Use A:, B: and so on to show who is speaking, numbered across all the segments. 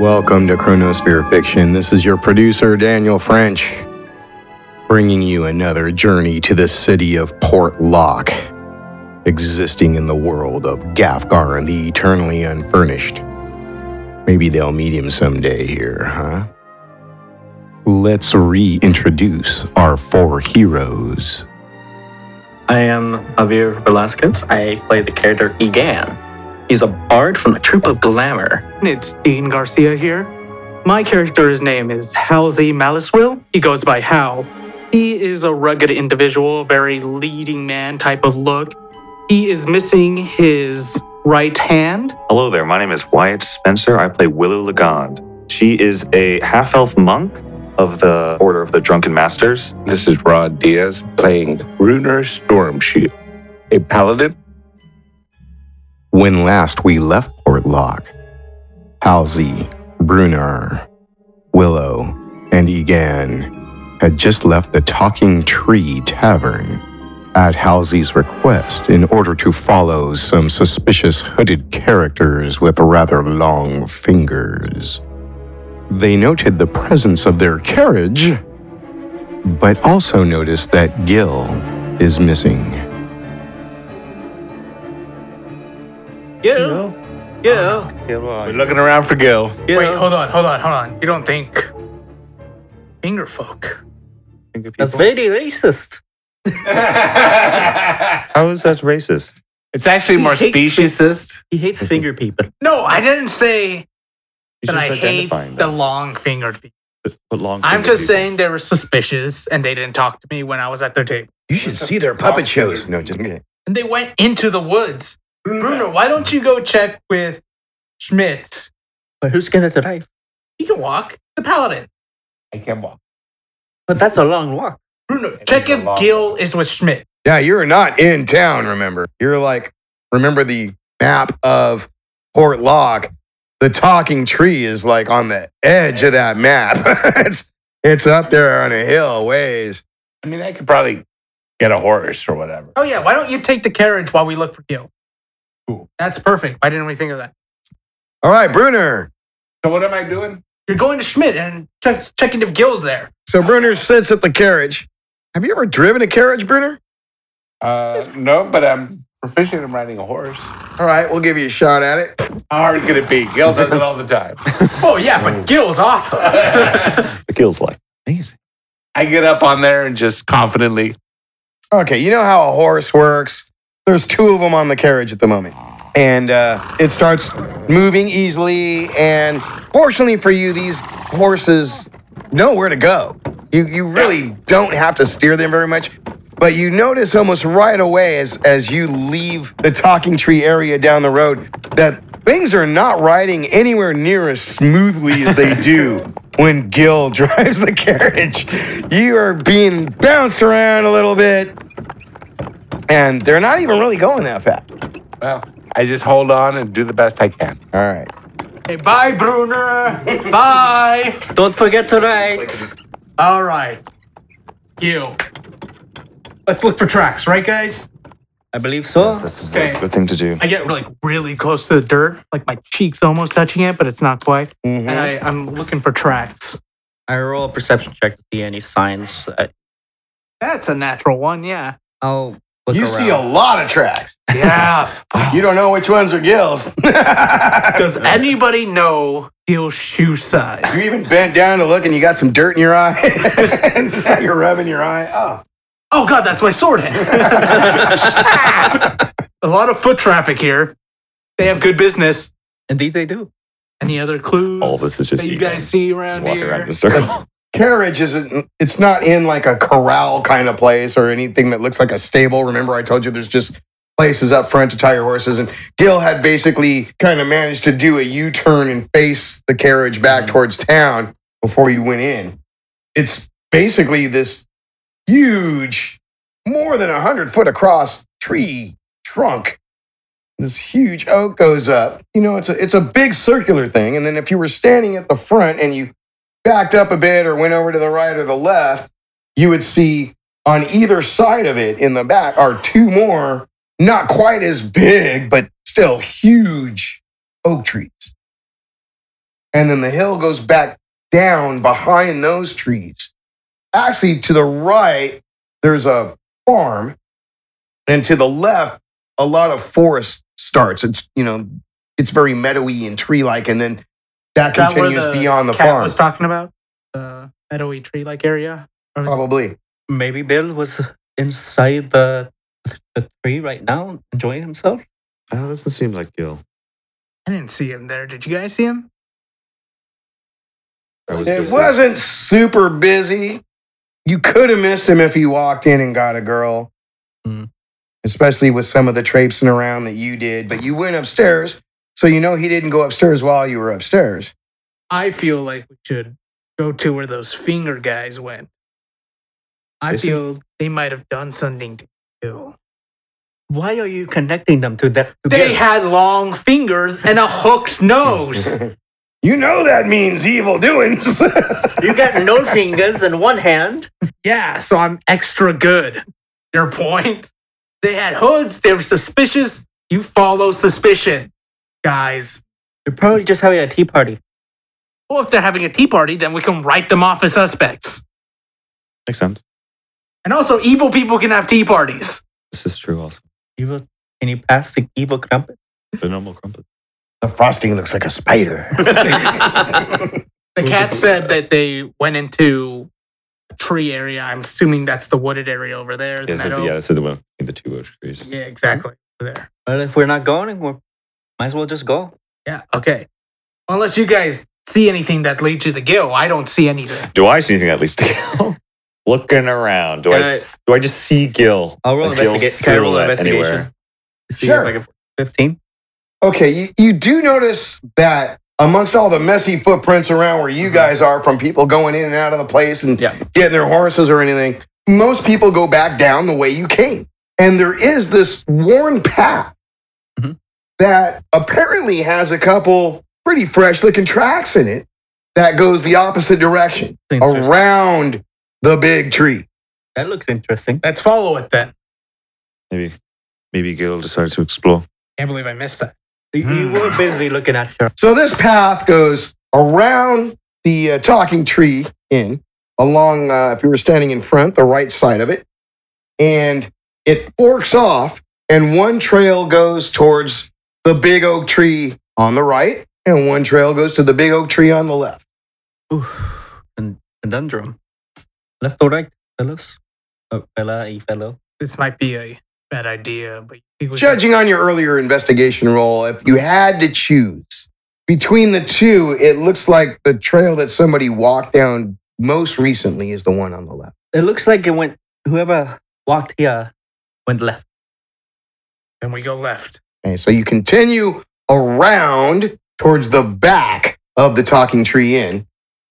A: Welcome to Chronosphere Fiction. This is your producer, Daniel French, bringing you another journey to the city of Port Lock, existing in the world of Gafgar and the Eternally Unfurnished. Maybe they'll meet him someday here, huh? Let's reintroduce our four heroes.
B: I am Javier Velasquez. I play the character Egan. He's a bard from the troupe of glamour.
C: It's Dean Garcia here. My character's name is Halsey Maliswill. He goes by Hal. He is a rugged individual, very leading man type of look. He is missing his right hand.
D: Hello there, my name is Wyatt Spencer. I play Willow Legond. She is a half elf monk of the Order of the Drunken Masters.
E: This is Rod Diaz playing Runer Stormshoot, a paladin.
A: When last we left Port Lock, Halsey, Brunner, Willow, and Egan had just left the Talking Tree Tavern at Halsey's request in order to follow some suspicious hooded characters with rather long fingers. They noted the presence of their carriage, but also noticed that Gil is missing.
B: Yeah, yeah,
D: We're
E: looking around for Gil.
B: yeah.
C: Wait, hold on, hold on, hold on. You don't think finger folk?
B: That's very racist.
D: How is that racist?
F: It's actually more
B: He hates it.
F: speciesist.
B: He hates finger people.
C: No, I didn't say
D: He's
C: that I hate
D: identifying
C: the
D: them.
C: long fingered people.
D: Put long
C: I'm
D: finger
C: just
D: people.
C: saying they were suspicious and they didn't talk to me when I was at their table.
A: You should see their
F: Oh,
A: puppet shows. No, just
C: and they went into the woods. Bruno, why don't you go check with Schmidt?
B: But who's gonna drive?
C: He can walk. The paladin.
F: I can walk.
B: But that's a long walk.
C: Bruno,
F: It
C: check
F: is a
C: if
F: long
C: Gil is with Schmidt.
A: Yeah, you're not in town, remember. You're like, remember the map of Port Log? The talking tree is like on the edge of that map. it's it's up there on a hill a ways.
F: I mean, I could probably get a horse or whatever.
C: Oh yeah, why don't you take the carriage while we look for Gil?
F: Cool.
C: That's perfect. Why didn't we think of that?
A: All right, Bruner.
F: So what am I doing?
C: You're going to Schmidt and check, checking if Gil's there.
A: So Bruner sits at the carriage. Have you ever driven a carriage, Bruner?
F: Uh, no, but I'm proficient in riding a horse. How
A: All right, we'll give you a shot at it.
F: hard could it be? Gil does it all the time.
C: Oh yeah, but Gil's awesome.
D: The Gil's like, amazing.
F: I get up on there and just confidently.
A: Okay, you know how a horse works. There's two of them on the carriage at the moment. And uh, it starts moving easily. And fortunately for you, these horses know where to go. You, you really don't have to steer them very much. But you notice almost right away as, as you leave the talking tree area down the road that things are not riding anywhere near as smoothly as they do when Gil drives the carriage. You are being bounced around a little bit, and they're not even really going that fast.
F: Well, I just hold on and do the best I can.
A: All right.
C: hey, bye, Bruner. bye.
B: Don't forget to ride.
C: All right, Gil. Let's look for tracks, right, guys?
B: I believe so.
D: That's a
C: Okay.
D: good thing to do.
C: I get like really close to the dirt, like my cheeks almost touching it, but it's not quite.
D: Mm-hmm.
C: And I, I'm looking for tracks.
B: I roll a perception check to see any signs. I-
C: That's a natural one, yeah.
B: I'll look
A: You
B: around.
A: see a lot of tracks.
C: Yeah.
A: You don't know which ones are Gil's.
C: Does anybody know Gil's shoe
A: you
C: size?
A: even bent down to look, and you got some dirt in your eye, and now you're rubbing your eye. Oh,
C: Oh god, that's my sword hand. a lot of foot traffic here. They have good business.
B: Indeed, they do.
C: Any other clues?
D: All this is just
C: that you
D: Egon.
C: guys see
D: Just
C: around
D: walk
C: here.
D: around in a circle.
A: carriage isn't. It's not in like a corral kind of place or anything that looks like a stable. Remember, I told you there's just places up front to tie your horses, and Gil had basically kind of managed to do a U-turn and face the carriage back towards town before you went in. It's basically this huge, more than a hundred foot across tree trunk. This huge oak goes up. You know, it's a it's a big circular thing. And then if you were standing at the front and you backed up a bit or went over to the right or the left, you would see on either side of it in the back are two more, not quite as big, but still huge oak trees.
G: and then the hill goes back down behind those trees. Actually, to the right, there's a farm, and to the left, a lot of forest starts. It's you know, it's very meadowy and tree-like, and then that,
C: Is that where
G: continues
C: the
G: beyond the
C: Cat
G: farm.
C: was talking about the meadowy tree-like area. Or was-
G: Probably.
B: Maybe Bill was inside the, the tree right now, enjoying himself.
D: Oh, doesn't seem like Gil.
C: I didn't see him there. Did you guys see him?
D: I was
G: It
D: busy.
G: wasn't super busy. You could have missed him if he walked in and got a girl,
B: Hmm.
G: especially with some of the traipsing around that you did. But you went upstairs, so you know he didn't go upstairs while you were upstairs.
C: I feel like we should go to where those finger guys went. I
D: This is-
C: feel they might have done something to you.
B: Why are you connecting them to that? to
C: They
B: Bill?
C: had long fingers and a hooked nose.
G: You know that means evil doings.
B: you got no fingers and one hand.
C: yeah, so I'm extra good. Your point? They had hoods. They were suspicious. You follow suspicion, guys.
B: You're probably just having a tea party.
C: Well, if they're having a tea party, then we can write them off as suspects.
D: Makes sense.
C: And also, evil people can have tea parties.
D: This is true also.
B: Evil, can you pass the evil crumpet?
D: The normal crumpet.
G: the frosting looks like a spider.
C: The cat said that they went into a tree area. I'm assuming that's the wooded area over there. the
D: Yeah, so,
C: meadow.
D: yeah, that's the one between the two oak trees.
C: Yeah, exactly. Over there.
B: Well, if we're not going, we might as well just go.
C: Yeah, okay. Unless you guys see anything that leads you to Gil, I don't see anything.
D: Do I see anything that leads to Gil? Looking around, do I,
B: Can I-
D: s- do I just see Gil?
B: I'll roll
D: A Gil
B: investigate- can I roll
D: silhouette
B: investigation?
D: anywhere?
B: See
G: Sure.
B: if I can- 15?
G: Okay, you, you do notice that amongst all the messy footprints around where you guys are from people going in and out of the place and
B: Mm-hmm. Yeah.
G: getting their horses or anything, most people go back down the way you came. And there is this worn path
B: Mhm.
G: that apparently has a couple pretty fresh looking tracks in it that goes the opposite direction
B: Interesting.
G: around the big tree.
B: That looks interesting.
C: Let's follow it then.
D: Maybe, maybe Gil decided to explore.
C: Can't believe I missed that.
B: You- You were busy looking at your
G: So this path goes around the uh, talking tree in along uh, if you were standing in front, the right side of it, and it forks off, and one trail goes towards the big oak tree on the right, and one trail goes to the big oak tree on the left.
B: con- conundrum. Left or right, fellas? Oh, fella, e fellow.
C: This might be a bad idea, but you think we
G: Judging on your earlier investigation roll, if you had to choose between the two, it looks like the trail that somebody walked down most recently is the one on the left.
B: It looks like it went, whoever walked here went left.
C: then we go left.
G: Okay, so you continue around towards the back of the Talking Tree Inn,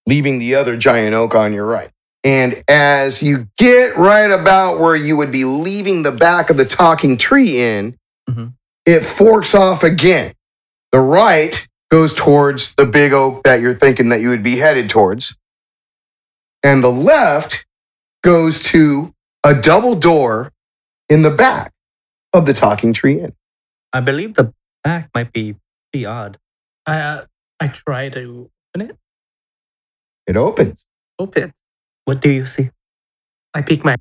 G: leaving the other giant oak on your right. And as you get right about where you would be leaving the back of the Talking Tree Inn,
B: Mhm.
G: it forks off again. The right goes towards the big oak that you're thinking that you would be headed towards. And the left goes to a double door in the back of the Talking Tree Inn.
B: I believe the back might be pretty odd.
C: I, uh, I try to
G: It opens.
C: open.
B: What do you see?
C: I peek my.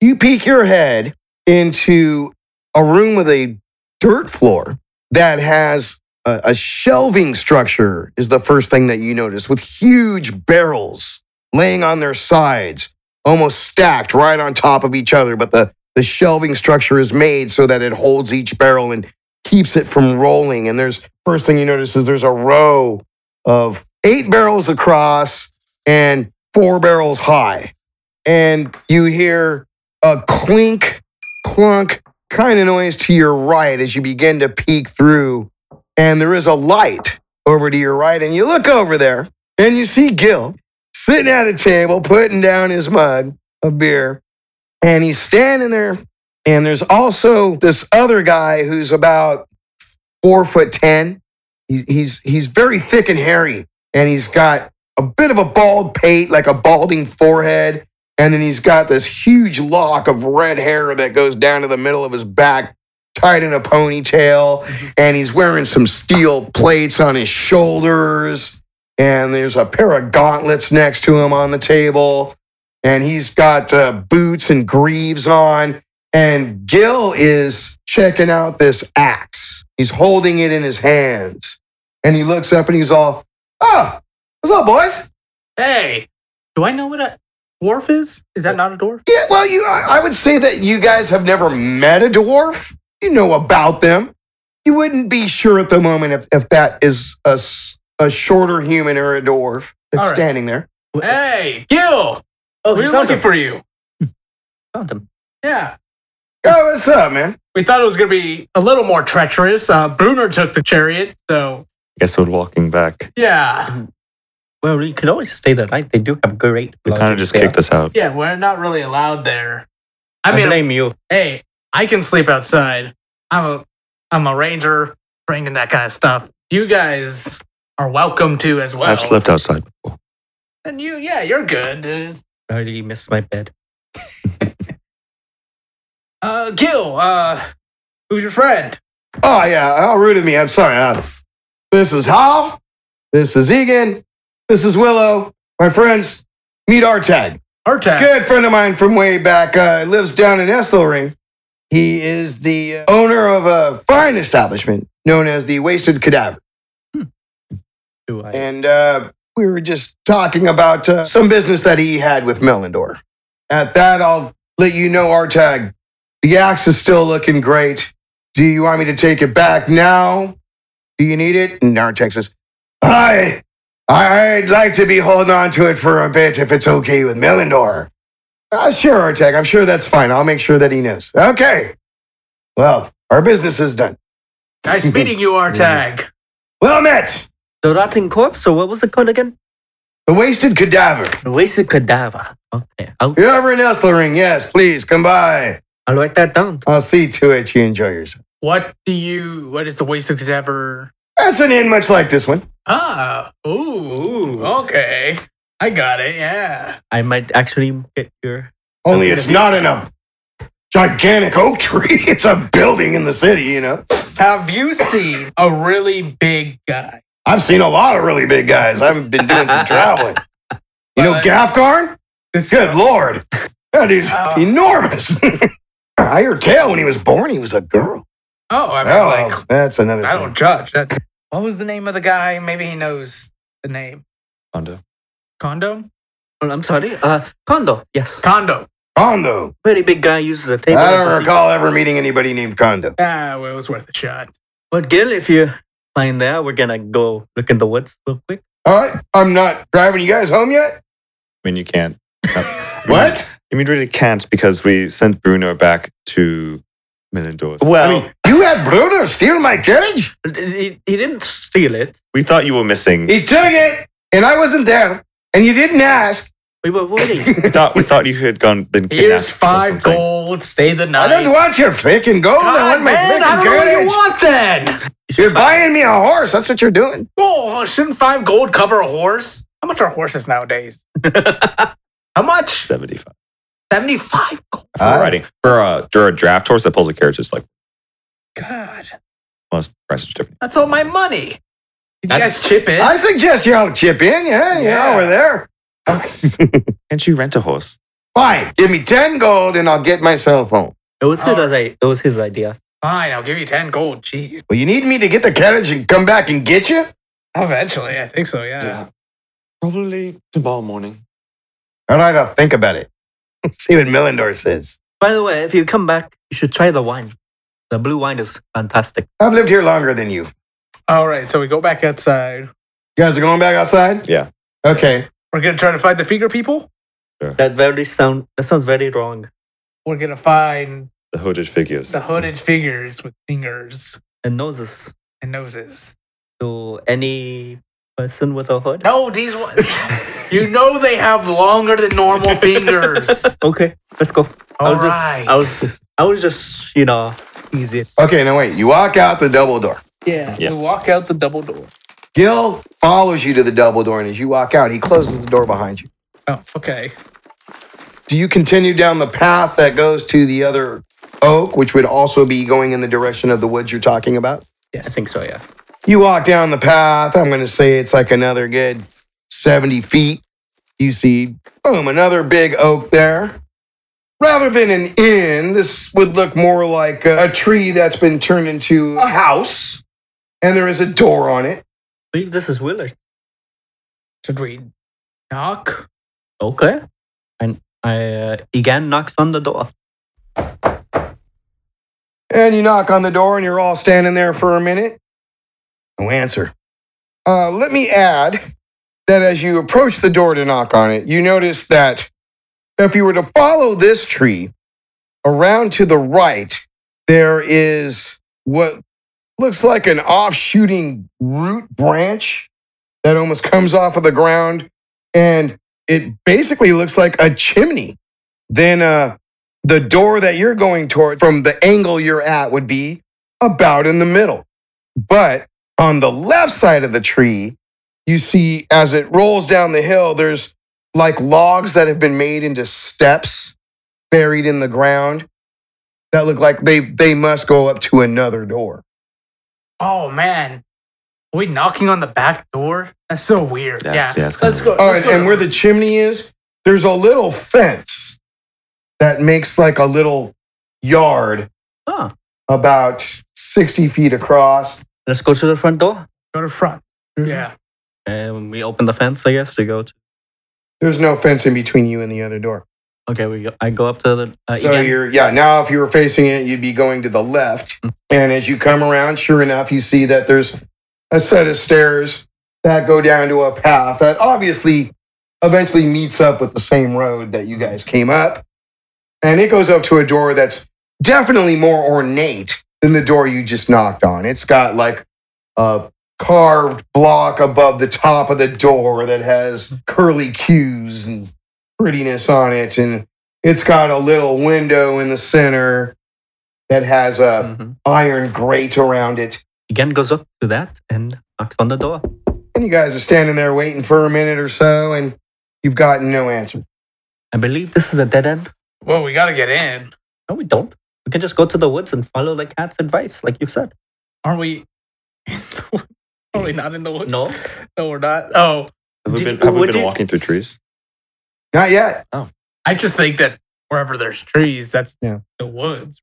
G: you peek your head into a room with a dirt floor that has a, a shelving structure is the first thing that you notice with huge barrels laying on their sides almost stacked right on top of each other but the, the shelving structure is made so that it holds each barrel and keeps it from rolling and there's first thing you notice is there's a row of eight barrels across and four barrels high and you hear a clink, clunk kind of noise to your right as you begin to peek through. And there is a light over to your right. And you look over there and you see Gil sitting at a table, putting down his mug of beer. And he's standing there. And there's also this other guy who's about four foot 10. He- He's, he's very thick and hairy. And he's got a bit of a bald pate, like a balding forehead. And then he's got this huge lock of red hair that goes down to the middle of his back, tied in a ponytail. And he's wearing some steel plates on his shoulders. and there's a pair of gauntlets next to him on the table, and he's got uh, boots and greaves on. And Gil is checking out this axe. He's holding it in his hands, and he looks up and he's all, "Ah, what's up, boys?"
C: Hey, do I know what a dwarf is? Is that not a dwarf?
G: Yeah, well, you, I, I would say that you guys have never met a dwarf. You know about them. You wouldn't be sure at the moment if, if that is a, s- a shorter human or a dwarf that's
C: All right.
G: standing there.
C: Hey, Gil,
H: Oh,
C: we
H: he
C: we're
H: found
C: looking
H: him.
C: for you.
H: Found him.
C: Yeah,
G: Oh, what's up, man?
C: we thought it was gonna be a little more treacherous. Uh, Bruner took the chariot, so
D: guess we're walking back.
C: yeah,
H: Well, you could always stay the night. They do have great.
D: They kind of
H: lodging
D: just
H: there.
D: kicked us out.
C: yeah, we're not really allowed there.
H: I,
C: I mean,
H: blame you.
C: hey, I can sleep outside. I'm a, I'm a ranger, trained in that kind of stuff. You guys are welcome to as well.
D: I've slept outside before.
C: And you, yeah, you're good. Uh,
H: I really miss my bed.
C: Uh, Gil, uh, who's your friend?
G: Oh, yeah. How rude of me. I'm sorry. Uh, this is Hal. This is Egan. This is Willow. My friends, meet Artag.
C: Artag.
G: Good friend of mine from way back uh, lives down in Esselring. He is the uh, owner of a fine establishment known as the Wasted Cadaver.
H: Do I?
G: And uh, we were just talking about uh, some business that he had with Melindor. At that, I'll let you know, Artag. The axe is still looking great. Do you want me to take it back now? Do you need it? And Artag says, I, I'd like to be holding on to it for a bit if it's okay with Melindor. Uh, sure, Artag. I'm sure that's fine. I'll make sure that he knows. Okay. Well, our business is done.
C: Nice meeting you, Artag.
G: Well met.
H: The rotting corpse, or what was it called again?
G: The wasted cadaver.
H: The wasted cadaver. Okay, I'll,
G: If You're ever in Estlering, yes, please come by.
H: I'll write that down.
G: I'll see to it you enjoy yourself.
C: What do you, what is the Wasted Cadaver?
G: That's an inn much like this one.
C: Ah, ooh, okay. I got it, yeah.
H: I might actually get your.
G: Only it's not in a gigantic oak tree. It's a building in the city, you know.
C: Have you seen a really big guy?
G: I've seen a lot of really big guys. I've been doing some traveling. You know
C: But-
G: Gaffgarn? Good lord. That dude's
C: Oh.
G: enormous. I heard tell when he was born he was a girl.
C: Oh, I mean,
G: Oh,
C: like,
G: that's another
C: I
G: thing.
C: don't judge. That's, what was the name of the guy? Maybe he knows the name.
D: Condo.
C: Condo?
H: Oh, I'm sorry. Uh, condo. Yes.
C: Condo.
G: Kondo.
H: Very big guy uses a table.
G: I
H: as a
G: don't
H: seat.
G: recall ever meeting anybody named Kondo.
C: Ah, well, it was worth a shot.
H: But Gil, if you find that, we're gonna go look in the woods real quick.
G: All right, I'm not driving you guys home yet.
D: I mean, you can't. What? I mean, really can't because we sent Bruno back to Millendorf. Well,
G: I mean, you had Bruno steal my carriage?
H: He, he didn't steal it.
D: we thought you were missing.
G: He took it, and I wasn't there, and you didn't ask.
H: We were waiting.
D: we thought we thought you had gone been kidnapped.
C: Here's
D: or
C: five
D: something.
C: gold. Stay the
G: I
C: night.
G: don't want your freaking gold. I
C: God,
G: want my
C: man, I don't
G: freaking
C: know what you
G: carriage.
C: want then.
G: You're buying me a horse. That's what you're doing.
C: Oh, shouldn't five gold cover a horse? How much are horses nowadays? How much?
D: Seventy-five.
C: 75 gold.
D: For
G: Ah.
D: riding for a, for a draft horse that pulls a carriage is like
C: God,
D: unless the price is different.
C: that's all my money. Did you
H: That's-
C: guys chip in?
G: I suggest you all chip in. Yeah, you
C: Yeah.
G: know, we're there.
D: Can't you rent a horse?
G: Fine. Give me 10 gold, and I'll get myself home.
H: it was his.
C: Oh.
H: idea. It was his idea.
C: Fine, I'll give you 10 gold. Jeez.
G: Well, you need me to get the carriage and come back and get you?
C: Eventually, I think so, yeah.
D: Probably tomorrow morning.
G: All right, I'll think about it. See what Millendor says.
H: By the way, if you come back, you should try the wine. The blue wine is fantastic.
G: I've lived here longer than you. You
C: All right, so we go back outside.
G: guys are going back outside?
D: Yeah.
G: Okay.
C: We're going to try to find the figure people.
H: That very sound. That sounds very wrong.
C: We're going to find
D: The hooded figures.
C: the hooded figures with fingers
H: And noses.
C: and noses.
H: So any person with a hood.
C: No, these ones. you know they have longer than normal fingers.
H: Okay, let's go. I
C: All
H: was just.
C: right.
H: I was. I was just. You know, easy.
G: Okay, now wait. You walk out the double door.
C: Yeah.
D: Yeah.
C: We walk out the double door.
G: Gil follows you to the double door, and as you walk out, he closes the door behind you.
C: Oh, okay.
G: Do you continue down the path that goes to the other oak, which would also be going in the direction of the woods you're talking about?
H: I think so. Yeah.
G: You walk down the path. I'm going to say it's like another good 70 feet. You see, boom, another big oak there. Rather than an inn, this would look more like a, a tree that's been turned into a house, and there is a door on it.
H: believe this is Willard.
C: Should we knock?
H: Okay. And I uh, again knocks on the door.
G: And you knock on the door, and you're all standing there for a minute. No answer. Uh, let me add that as you approach the door to knock on it, you notice that if you were to follow this tree around to the right, there is what looks like an offshooting root branch that almost comes off of the ground. And it basically looks like a chimney. Then uh, the door that you're going toward from the angle you're at would be about in the middle. But on the left side of the tree, you see as it rolls down the hill, there's like logs that have been made into steps buried in the ground that look like they, they must go up to another door.
C: Oh man, Are we knocking on the back door? That's so weird.
D: That's-
C: yeah,
D: yeah, it's kinda
C: let's go.
G: Oh,
C: let's
G: and,
C: go
G: and where the chimney is, there's a little fence that makes like a little yard
H: Ah,
G: about 60 feet across.
H: let's go to the front door.
C: go to front.
G: Hmm?
C: Yeah.
H: And we open the fence, I guess, to go to.
G: There's no fence in between you and the other door.
H: Okay, we go. I go up to the. Uh,
G: so
H: again.
G: you're yeah now if you were facing it you'd be going to the left and as you come around sure enough you see that there's a set of stairs that go down to a path that obviously eventually meets up with the same road that you guys came up and it goes up to a door that's definitely more ornate than the door you just knocked on it's got like a carved block above the top of the door that has curly cues and prettiness on it and it's got a little window in the center that has a
H: Mhm.
G: iron grate around it.
H: Again goes up to that and knocks on the door.
G: And you guys are standing there waiting for a minute or so, and you've gotten no answer.
H: I believe this is a dead end.
C: Well, we gotta get in.
H: No, we don't. We can just go to the woods and follow the cat's advice, like you said.
C: Aren't we? in the wood- Are we not in the woods?
H: No.
C: no, we're not. Oh,
D: Have
H: Did
D: we been,
H: you-
D: have we
H: would
D: been
H: you-
D: walking through trees?
G: Not yet.
C: I just think that wherever there's trees, that's
G: Yeah.
C: the woods.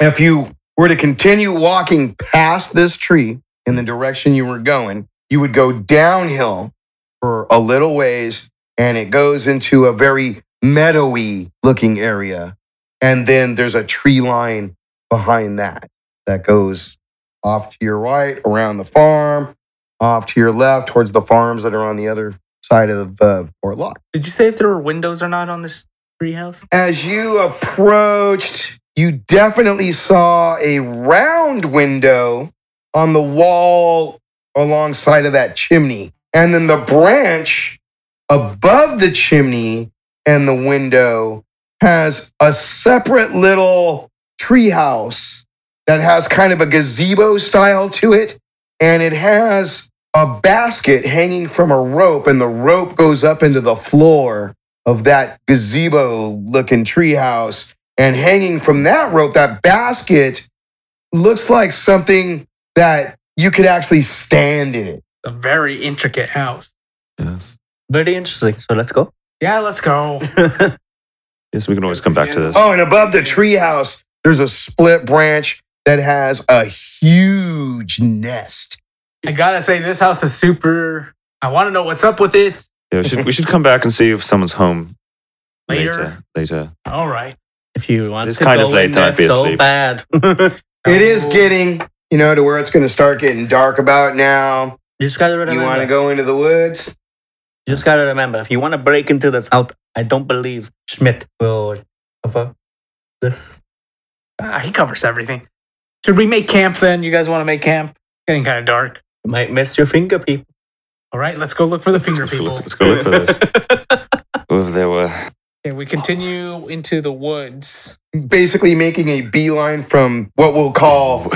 G: If you were to continue walking past this tree in the direction you were going, you would go downhill for a little ways, and it goes into a very meadowy looking area. And then there's a tree line behind that that goes off to your right around the farm, off to your left towards the farms that are on the other side of uh, Fort Lock
C: Did you say if there were windows or not on this treehouse?
G: as you approached, you definitely saw a round window on the wall alongside of that chimney. And then the branch above the chimney and the window has a separate little treehouse that has kind of a gazebo style to it. And it has a basket hanging from a rope, and the rope goes up into the floor of that gazebo looking treehouse and hanging from that rope, that basket looks like something that you could actually stand in it.
C: A very intricate house.
D: Yes.
H: Very interesting. So let's go.
C: Yeah, let's go.
D: Yes, we can always come back to this.
G: Oh, and above the treehouse, there's a split branch that has a huge nest.
C: I gotta say, this house is super. I want to know what's up with it
D: Yeah, we, should, we should come back and see if someone's home
C: later.
D: later. Later.
C: All right.
H: If you want
D: It's
H: to
D: kind
H: go
D: of late,
H: in there
D: I'd be
H: so
D: asleep.
H: bad.
G: It is
B: Oh.
G: getting, you know, to where it's going to start getting dark about now.
H: You just gotta
G: You
H: remember.
G: want to go into the woods?
H: You just gotta remember. If you wanna break into this house, I don't believe Schmidt will cover this.
C: Ah, he covers everything. Should we make camp then? You guys want to make camp? Getting kind of dark.
H: You might miss your finger, people.
C: All right, let's go look for the finger
D: Let's go,
C: people.
D: look, let's go look for this. Ooh, there were.
C: Okay, we continue into the woods.
G: Basically, making a beeline from what we'll call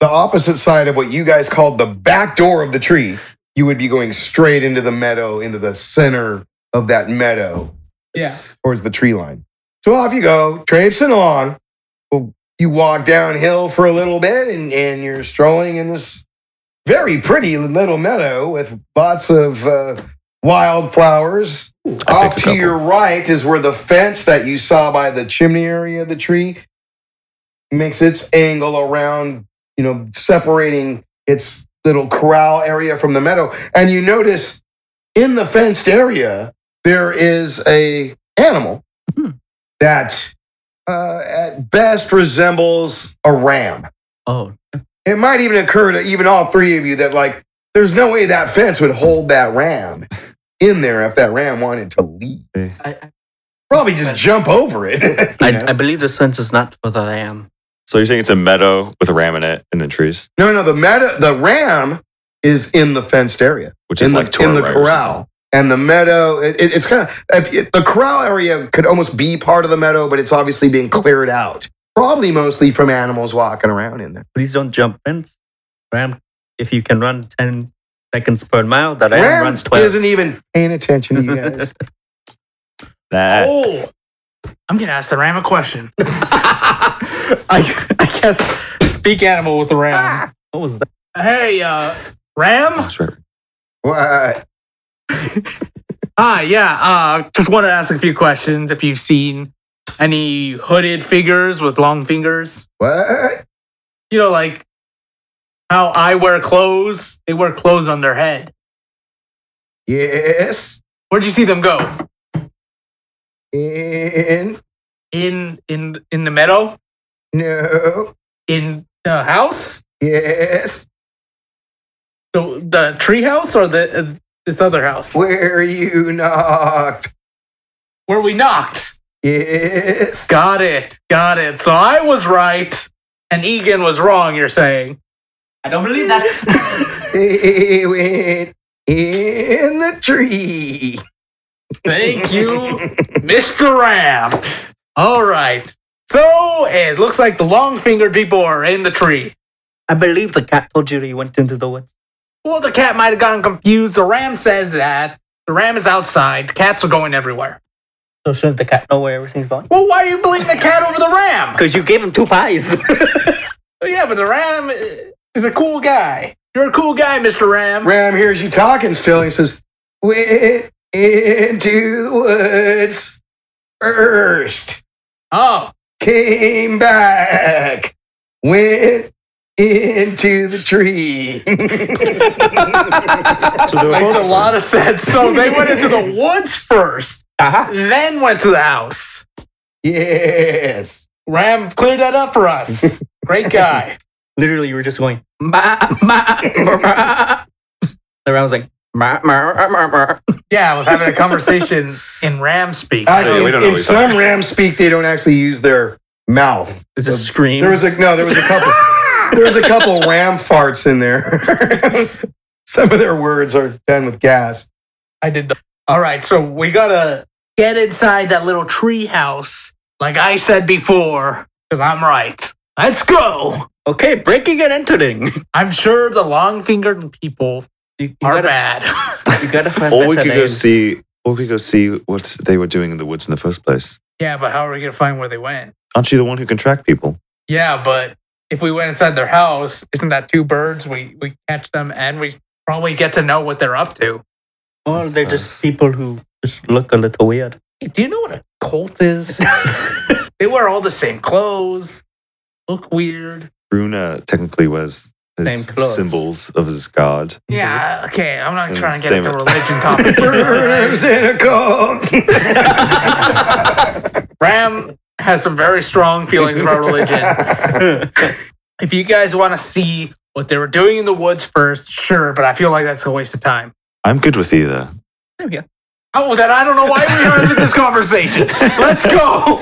G: the opposite side of what you guys called the back door of the tree, you would be going straight into the meadow, into the center of that meadow
C: Yeah.
G: towards the tree line. So off you go, traipsing along. Well, You walk downhill for a little bit and, and you're strolling in this very pretty little meadow with lots of uh, wildflowers. Off to your right is where the fence that you saw by the chimney area of the tree makes its angle around, you know, separating its little corral area from the meadow. And you notice in the fenced area there is a animal that uh, at best resembles a ram.
H: Oh,
G: It might even occur to even all three of you that like there's no way that fence would hold that ram in there if that ram wanted to leave.
H: I, I,
G: Probably just jump over it. you know?
H: I, I believe this fence is not what I am.
D: So you're saying it's a meadow with a ram in it and then trees,
G: no, no, the meta, the ram is in the fenced area,
D: which
G: in
D: is
G: the
D: like Toro
G: in the
D: Road or
G: corral. And the meadow, it, it- it's kind of if it- the corral area could almost be part of the meadow, but it's obviously being cleared out, probably mostly from animals walking around in there.
H: Please don't jump fence. Ram, if you can run 10 seconds per mile, the ram,
G: Ram
H: runs 12.
G: isn't even paying attention to you guys.
D: something. That
C: Oh, I'm gonna ask the ram a question.
H: I, I guess.
C: Speak animal with the ram.
H: What was that?
C: Hey, uh, ram.
D: that's right.
G: Well, uh,
C: Ah, yeah. Uh, just want to ask a few questions. If you've seen any hooded figures with long fingers,
G: What?
C: you know, like how I wear clothes, they wear clothes on their head.
G: Yes.
C: Where'd you see them go?
G: In
C: In in in the meadow?
G: no.
C: In the house?
G: Yes.
C: The the tree house or the uh, this other house
G: Where you knocked?
C: where we knocked?
G: Yes.
C: Got it, got it. So I was right, and Egan was wrong. You're saying?
H: I don't believe that.
G: It went in the tree.
C: Thank you, Mr. Ram. All right. So it looks like the long fingered people are in the tree.
H: I believe the cat told you he went into the woods.
C: Well, the cat might have gotten confused. The ram says that. The ram is outside. Cats are going everywhere.
H: So shouldn't the cat know where everything's going?
C: Well, why are you blaming the cat over the ram?
H: Because you gave him two pies.
C: Yeah, but the ram uh, is a cool guy. You're a cool guy, Mr. Ram.
G: Ram hears you talking still. He says, Went into the woods first.
C: Oh,
G: Came back. Went into the tree. Oh,
C: makes a lot of sense. So they went into the woods 1st then went to the house.
G: yes.
C: Ram cleared that up for us. Great guy.
H: Literally, you were just going, ma, ma, ma. The ram was like, ma, ma, ma, ma.
C: Yeah, I was having a conversation in Ram speak.
D: Yeah,
G: Actually,
D: we don't know
G: in
D: what he's
G: some ram speak, they don't actually use their mouth.
H: It's a scream.
G: There was a no. There was a couple. there was a couple ram farts in there. some of their words are done with gas.
C: I did the. All right, so we gotta get inside that little tree house, like I said before, because I'm right. Let's go.
H: okay, breaking and entering.
C: I'm sure the long-fingered people
H: You, you
C: are
H: gotta-
C: bad.
H: You gotta find
D: Or we
H: better
D: could go
H: names.
D: see, or we could go see what they were doing in the woods in the first place.
C: yeah, but how are we gonna find where they went?
D: Aren't you the one who can track people?
C: Yeah, but if we went inside their house, isn't that two birds? We we catch them and we probably get to know what they're up to.
H: Or they're just people who just look a little weird.
C: Hey, do you know what a cult is? they wear all the same clothes, look weird.
D: Bruna technically was
H: Same
D: his
H: clothes.
D: symbols of his god.
C: Yeah, okay. I'm not
D: Mm,
C: trying to get into
D: same.
C: religion topic.
G: Burners in a cult.
C: Ram has some very strong feelings about religion. if you guys want to see what they were doing in the woods first, sure, but I feel like that's a waste of time.
D: I'm good with either.
H: There we go.
C: Oh, well, then I don't know why we're having this conversation. Let's go.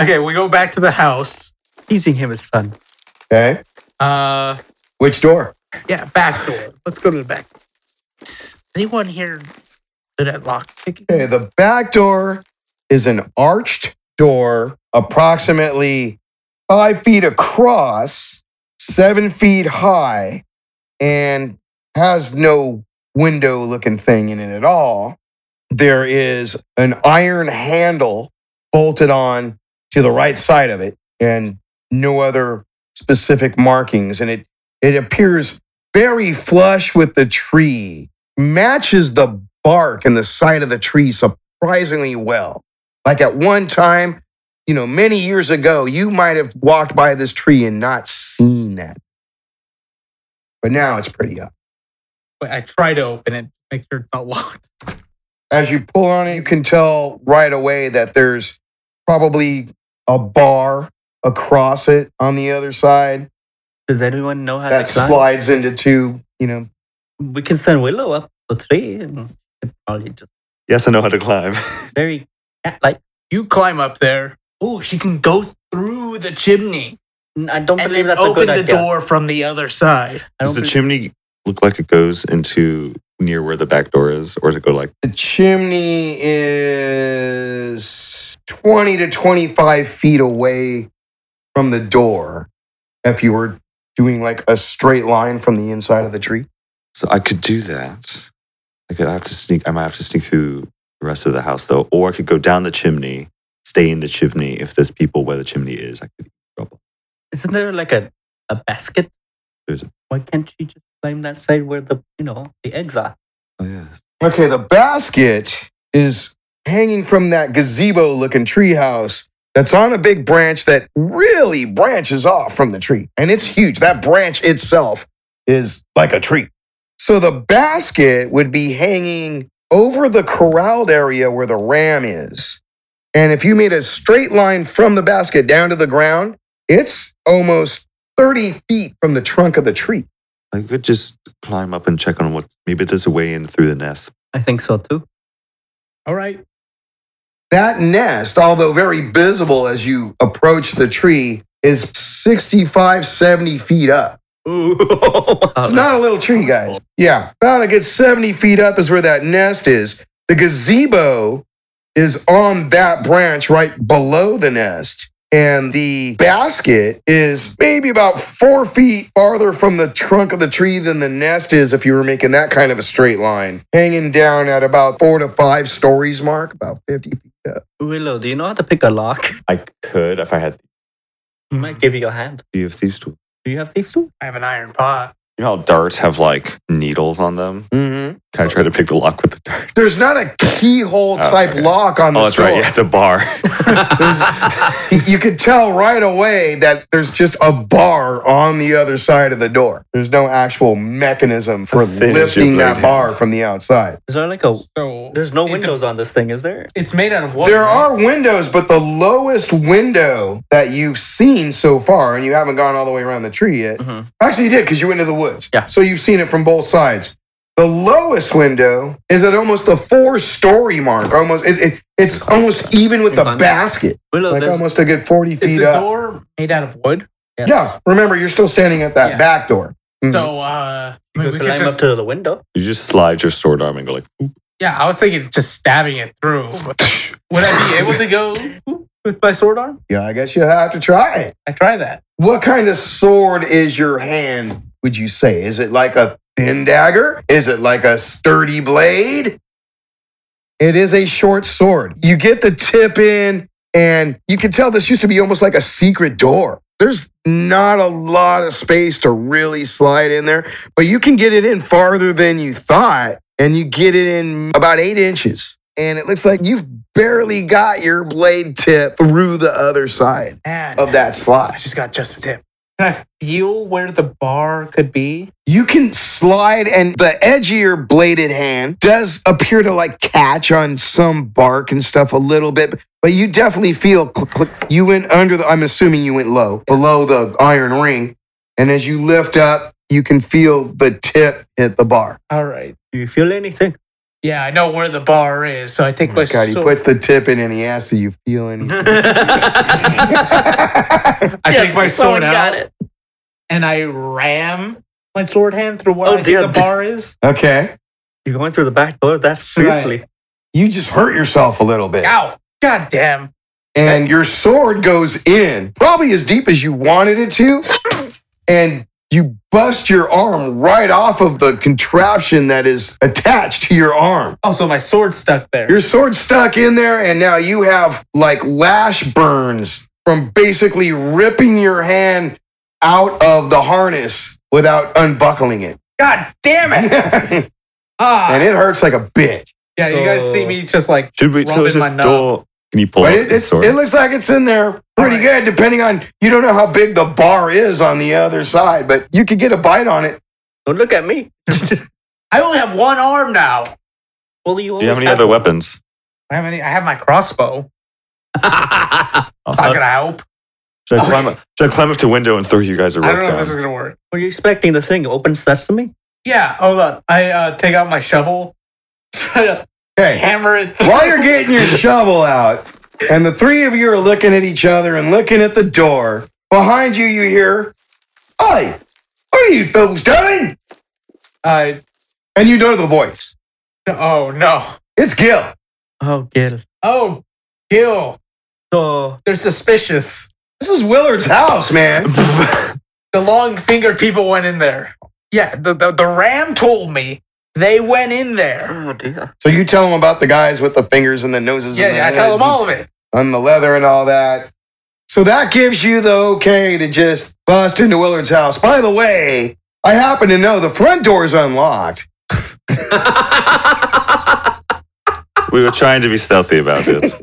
C: okay, we go back to the house.
H: Teasing him is fun.
G: Okay.
C: Uh,
G: Which door?
C: yeah, back door. Let's go to the back. Anyone here good at lock picking?
G: Okay. The back door is an arched door, approximately five feet across, seven feet high, and has no window looking thing in it at all. There is an iron handle bolted on to the right side of it and no other specific markings. And it, It appears very flush with the tree, matches the bark and the side of the tree surprisingly well. Like at one time, you know, many years ago, you might have walked by this tree and not seen that. But now it's pretty up.
C: But I try to open it, make sure it's not locked.
G: As you pull on it, you can tell right away that there's probably a bar across it on the other side
H: Does anyone know how
G: that
H: to climb?
G: slides into two, you know.
H: We can send Willow up the tree and it'd probably just
D: Yes, I know how to climb.
H: very cat like.
C: You climb up there. Oh, she can go through the chimney
H: I don't
C: and
H: believe
C: then
H: that's a
C: open
H: good
C: the
H: idea.
C: door from the other side.
H: I
D: Does
H: don't
D: the
H: believe-
D: chimney look like it goes into near where the back door is, or does it go like
G: The chimney is 20 to 25 feet away from the door if you were doing like a straight line from the inside of the tree.
D: So I could do that. I could I have to sneak I might have to sneak through the rest of the house though. Or I could go down the chimney, stay in the chimney if there's people where the chimney is. I could
H: Isn't there like a, a basket?
D: There's a-
H: Why can't she just climb that side where the you know the eggs are?
D: Oh yeah.
G: Okay, the basket is hanging from that gazebo looking treehouse that's on a big branch that really branches off from the tree. And it's huge. That branch itself is like a tree. So the basket would be hanging over the corralled area where the ram is. And if you made a straight line from the basket down to the ground, it's almost 30 feet from the trunk of the tree.
D: I could just climb up and check on what maybe there's a way in through the nest.
H: I think so too.
C: All right.
G: That nest, although very visible as you approach the tree, is 65, 70 feet up.
H: Ooh.
G: It's not a little tree, guys. Yeah, about a good 70 feet up is where that nest is. The gazebo is on that branch right below the nest. And the basket is maybe about four feet farther from the trunk of the tree than the nest is if you were making that kind of a straight line, hanging down at about four to five stories mark, about 50 feet up.
H: Willow, do you know how to pick a lock?
D: I could if I had
H: I might give you your hand.
D: do you have these tools?
H: Do you have these two?
C: I have an iron pot.
D: You know how darts have like needles on them?
G: Mm-hmm.
D: Can I try to pick the lock with the dart?
G: There's not a keyhole
D: Oh,
G: type
D: okay.
G: lock on the
D: Oh, that's right. Yeah, it's a bar.
G: You could tell right away that there's just a bar on the other side of the door. There's no actual mechanism for
D: As thin as your
G: lifting
D: blade
G: that bar
D: is.
G: from the outside.
H: Is there like a?
I: So
H: There's no
I: it
H: windows on this thing, is there?
I: de- it's made out of wood.
G: There
I: right?
G: are windows, but the lowest window that you've seen so far, and you haven't gone all the way around the tree yet.
H: Mhm.
G: Actually, you did because you went to the woods.
H: Yeah.
G: So you've seen it from both sides. The lowest window is at almost the four-story mark. Almost, it, it, it's almost even with the
H: Climb.
G: basket.
H: Willow,
G: like
H: there's,
G: almost a good 40
I: Is
G: feet
I: the
G: up.
I: door made out of wood?
H: yeah.
G: Yeah, remember, you're still standing at that
I: Yeah.
G: back door. Mhm.
I: So uh,
H: You
I: I mean,
H: could
I: we could
H: climb
I: just
H: up to the window.
D: you just slide your sword arm and go like
I: Yeah, I was thinking just stabbing it through. Would I be able to go whoop with my sword arm?
G: yeah, I guess you'll have to try it.
I: I try that.
G: What kind of sword is your hand, would you say? Is it like a thin dagger? Is it like a sturdy blade? It is a short sword. You get the tip in, and you can tell this used to be almost like a secret door. There's not a lot of space to really slide in there, but you can get it in farther than you thought, and you get it in about eight inches. And it looks like you've barely got your blade tip through the other side
I: Man,
G: of that slot.
I: I just got just a tip. Can I feel where the bar could be?
G: You can slide, and the edge of your bladed hand does appear to like catch on some bark and stuff a little bit, but you definitely feel click, click. You went under the, I'm assuming you went low, below the iron ring. And as you lift up, you can feel the tip hit the bar.
I: All right.
H: Do you feel anything?
I: Yeah, I know where the bar is, so I take my
G: Oh God, he
I: sword-
G: puts the tip in and he asks, Do you feel anything?
I: I take oh my sword out and I ram my sword hand through where
H: Oh,
I: I think
H: dear.
I: the bar is.
G: okay.
H: You're going through the back door that fiercely.
G: You just hurt yourself a little bit.
I: Ow! God damn!
G: and your sword goes in, probably as deep as you wanted it to, and you bust your arm right off of the contraption that is attached to your arm.
I: Oh, so my sword's stuck there.
G: Your sword's stuck in there, and now you have like lash burns from basically ripping your hand out of the harness without unbuckling it.
C: God damn it!
G: and
C: Ah.
G: it hurts like a bitch.
C: yeah, you guys
B: So-
C: see me just like
D: Should we? So
C: Rubbing
D: is
C: my
D: this
C: nub.
D: door? Can you pull
G: But
D: out
G: it,
D: the
G: it's,
D: sword?
G: it looks like it's in there pretty good, depending on you don't know how big the bar is on the other side, but you could get a bite on it.
B: Don't look at me.
C: I only have one arm now.
B: Well, you
D: Do you have
B: always
D: any other weapons?
C: I have any? I have my crossbow. It's
D: Uh,
C: not gonna help.
D: should, I climb up, should I climb up to window and throw you guys a
C: Oh, I don't
D: rope
C: know if this
D: down?
C: is gonna work.
B: Were you expecting the thing? Open sesame?
C: Yeah, hold on. I uh, take out my shovel, try to
G: Hey,
C: hammer it.
G: while you're getting your shovel out, and the three of you are looking at each other and looking at the door, behind you, you hear, Hey, what are you folks doing?
C: I
G: And you know the voice.
C: oh no.
G: It's Gil.
B: Oh, Gil.
C: Oh, Gil,
B: So,
C: they're suspicious.
G: This is Willard's house, man.
C: The long fingered people went in there. Yeah, the, the the ram told me they went in there.
G: Mm,
B: oh dear.
G: So you tell them about the guys with the fingers and the noses.
C: Yeah,
G: and the
C: yeah I tell
G: heads
C: them all of it.
G: and the leather and all that. So that gives you the okay to just bust into Willard's house. By the way, I happen to know the front door is unlocked.
D: We were trying to be stealthy about it.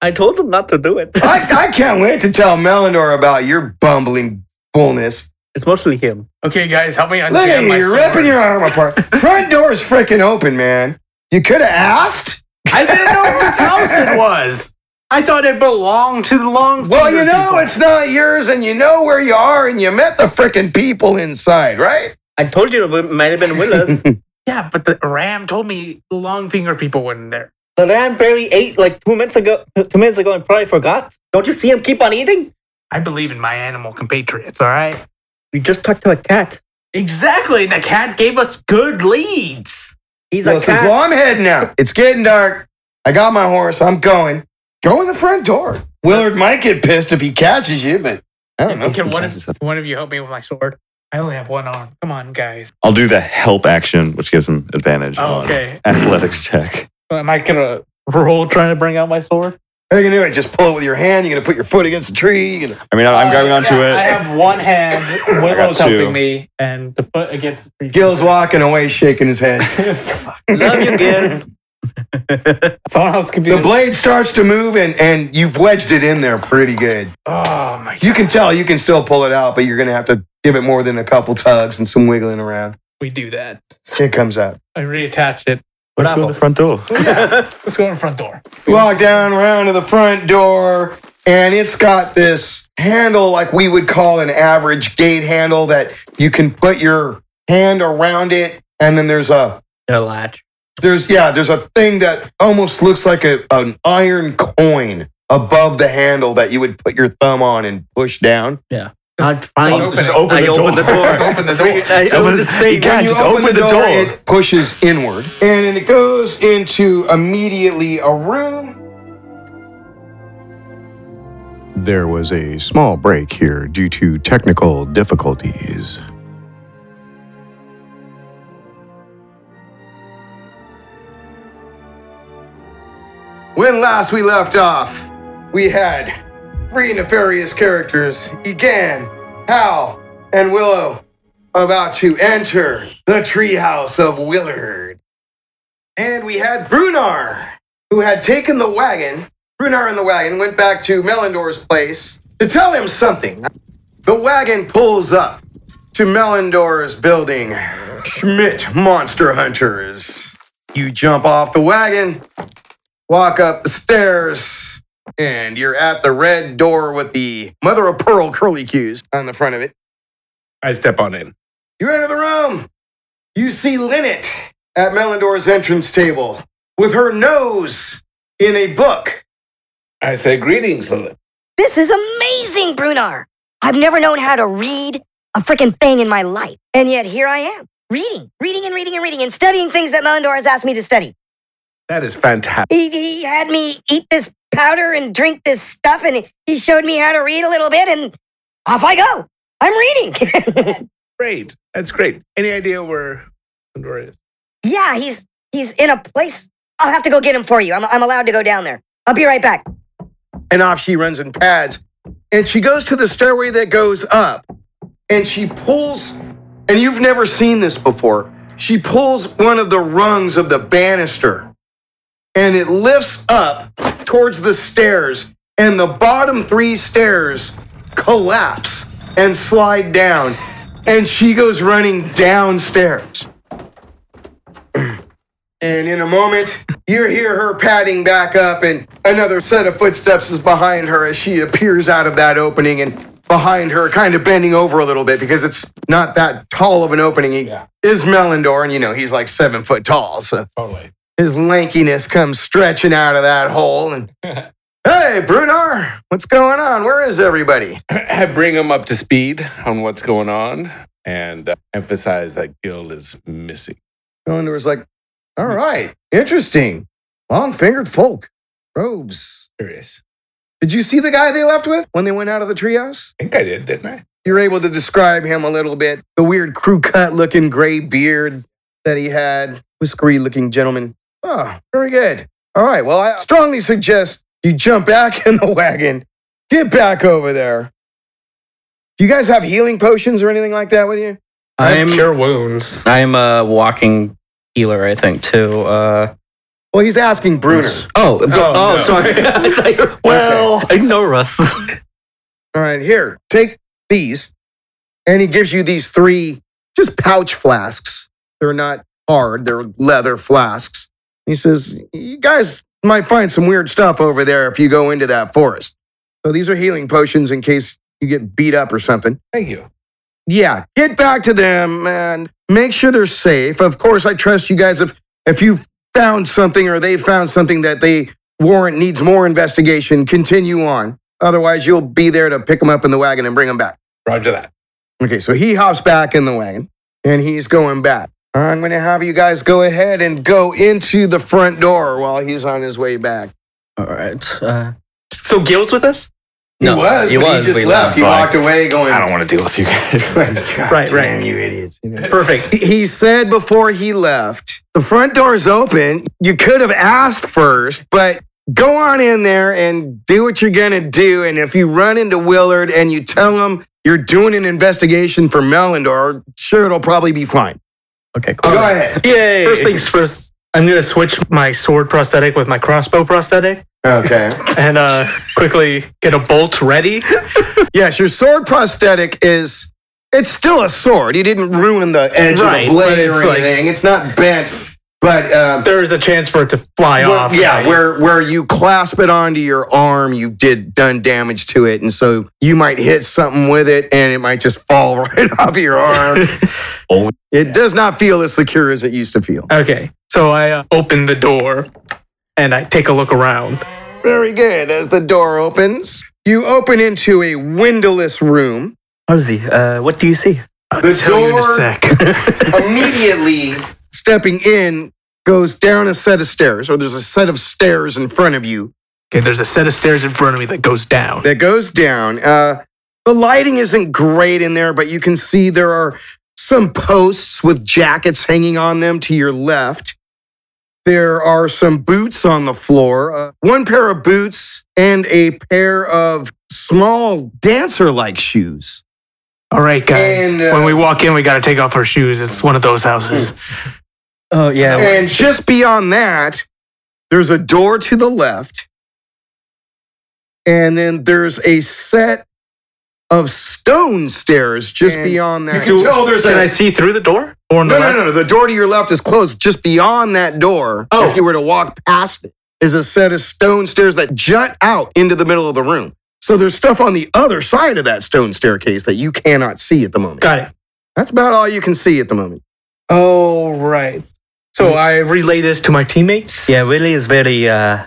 B: I told them not to do it.
G: I, I can't wait to tell Melindor about your bumbling bullness.
B: It's mostly him.
C: Okay, guys, help me
G: Look at
C: unjam
G: you,
C: my
G: you're
C: sword.
G: ripping your arm apart. front door is freaking open, man. You could have asked.
C: I didn't know whose house it was. I thought it belonged to the long.
G: Well, you
C: fingered
G: know
C: people.
G: it's not yours, and you know where you are, and you met the freaking people inside, right?
B: I told you it might have been Willard.
C: yeah, but the ram told me the long fingered people went in there.
B: the ram barely ate like two minutes ago. Two minutes ago, and probably forgot. Don't you see him keep on eating?
C: I believe in my animal compatriots. All right.
B: You just talked to a cat.
C: Exactly. The cat gave us good leads.
B: He's
G: Will
B: a
G: says,
B: cat.
G: Well, I'm heading out. It's getting dark. I got my horse. I'm going. Go in the front door. Willard might get pissed if he catches you, but I don't know.
C: Can one of,
D: catches
C: can one of you help me with my sword? I only have one arm. Come on, guys.
D: I'll do the help action, which gives him advantage
C: Oh,
D: on
C: okay.
D: athletics check.
C: So am I gonna roll trying to bring out my sword?
G: What are you gonna do? Just pull it with your hand. You're gonna put your foot against a tree. You're gonna
D: I mean, I'm grabbing onto
C: Oh, Uh, Yeah, I
D: it.
C: have one hand. Willow's
D: two.
C: helping me, and the foot against the tree.
G: Gil's walking away, shaking his head.
B: Love you, Gil.
C: Someone else could be.
G: the blade starts to move, and and you've wedged it in there pretty good.
C: oh my god.
G: You can tell you can still pull it out, but you're gonna have to give it more than a couple tugs and some wiggling around.
C: We do that.
G: It comes out.
C: I reattached it.
D: Let's go to the front door.
C: Let's go in front door.
G: walk down around to the front door and it's got this handle like we would call an average gate handle that you can put your hand around it and then there's a
B: A latch.
G: there's yeah there's a thing that almost looks like a, an iron coin above the handle that you would put your thumb on and push down
B: I finally
C: open it.
B: I opened the door.
C: open the door.
B: I, I was just saying.
G: When you it pushes inward and then it goes into immediately a room There was a small break here due to technical difficulties. When last we left off, we had three nefarious characters Egan, Hal, and Willow about to enter the treehouse of Willard. And we had Brunar, who had taken the wagon Brunar in the wagon went back to Melindor's place to tell him something. The wagon pulls up to Melindor's building. Schmidt Monster Hunters. You jump off the wagon, walk up the stairs, and you're at the red door with the mother of pearl curly cues on the front of it.
F: I step on in.
G: You enter the room. You see Linnet at Melindor's entrance table with her nose in a book.
F: I say, greetings, Lilith.
J: This is amazing, Brunar. I've never known how to read a freaking thing in my life. And yet here I am, reading, reading and reading and reading and studying things that Melindor has asked me to study.
F: That is fantastic.
J: He, he had me eat this powder and drink this stuff, and he showed me how to read a little bit, and off I go. I'm reading.
F: Great. That's great. Any idea where Pandora is?
J: yeah, he's he's in a place. I'll have to go get him for you. I'm, I'm allowed to go down there. I'll be right back.
G: and off she runs in pads. And she goes to the stairway that goes up. and she pulls, and you've never seen this before. She pulls one of the rungs of the banister and it lifts up towards the stairs, and the bottom three stairs collapse and slide down, and she goes running downstairs. And in a moment, you hear her padding back up, and another set of footsteps is behind her as she appears out of that opening and behind her, kind of bending over a little bit because it's not that tall of an opening. He is Melindor, and you know, he's like seven foot tall, so
F: Totally.
G: his lankiness comes stretching out of that hole and hey brunar what's going on where is everybody
F: I bring him up to speed on what's going on and uh, emphasize that Gil is missing.
G: Gilindor's like all right interesting long-fingered folk robes
F: Curious.
G: did you see the guy they left with when they went out of the treehouse
F: I think I did, didn't I?
G: you're able to describe him a little bit the weird crew cut looking gray beard that he had whiskery looking gentleman oh very good all right well i strongly suggest you jump back in the wagon get back over there do you guys have healing potions or anything like that with you
C: I have
B: I'm-
C: cure wounds.
B: I'm a walking healer, I think, too. Uh,
G: well he's asking bruner
B: oh, oh,
F: Oh,
B: oh
F: no.
B: sorry. I thought you were- well, ignore us.
G: All right, here, take these. And he gives you these three just pouch flasks. They're not hard, they're leather flasks. He says, You guys might find some weird stuff over there if you go into that forest. So these are healing potions in case you get beat up or something.
F: Thank you.
G: Yeah, get back to them and make sure they're safe. Of course, I trust you guys if if you've found something or they found something that they warrant needs more investigation, continue on. Otherwise, you'll be there to pick them up in the wagon and bring them back.
F: Roger that.
G: Okay, so he hops back in the wagon and he's going back. I'm going to have you guys go ahead and go into the front door while he's on his way back.
B: All right. Uh,
C: So Gil's with us?
B: no, he was. we
G: He walked away going,
K: I don't want to deal with you guys.
C: Right, right.
G: you idiots. You know?
C: Perfect.
G: He said before he left, the front door's open. You could have asked first, but go on in there and do what you're going to do. And if you run into Willard and you tell him you're doing an investigation for Melindor, sure, it'll probably be fine.
B: Okay, cool.
G: go ahead.
B: Yay.
C: First things first, I'm gonna switch my sword prosthetic with my crossbow prosthetic
G: Okay.
C: and uh quickly get a bolt ready.
G: yes, your sword prosthetic is. It's still a sword. You didn't ruin the edge
C: Right,
G: of the
C: but
G: blade
C: it's
G: or
C: like-
G: anything. it's not bent, but um,
C: There is a chance for it to fly
G: Well,
C: off.
G: Yeah,
C: right?
G: where where you clasp it onto your arm, you've did done damage to it, and so you might hit something with it, and it might just fall right off your arm.
K: Oh.
G: It does not feel as secure as it used to feel.
C: Okay, so I uh, open the door and I take a look around.
G: Very good. As the door opens, you open into a windowless room.
B: Halsey, uh, what do you see?
G: The
C: Tell you in a
G: door
C: sec.
G: immediately stepping in goes down a set of stairs, or there's a set of stairs in front of you.
C: Okay, there's a set of stairs in front of me that goes down.
G: that goes down. Uh, the lighting isn't great in there, but you can see there are some posts with jackets hanging on them to your left. There are some boots on the floor, uh, one pair of boots and a pair of small dancer like shoes.
C: All right, guys.
G: And, uh, Hmm.
C: when we walk in, we got to take off our shoes. It's one of those houses.
B: Oh, yeah.
G: And just beyond that, there's a door to the left. And then there's a set of stone stairs just
C: And
G: beyond that.
C: can
F: Oh,
C: tell
G: there's
C: Can I see through the door? Or on
G: No,
C: the
G: no,
C: left?
G: no, no. The door to your left is closed. Just beyond that door,
C: Oh.
G: if you were to walk past it, is a set of stone stairs that jut out into the middle of the room. So there's stuff on the other side of that stone staircase that you cannot see at the moment.
C: Got it.
G: That's about all you can see at the moment.
C: All right. So I relay this to my teammates.
H: Yeah.
B: Yeah, Willie is very uh,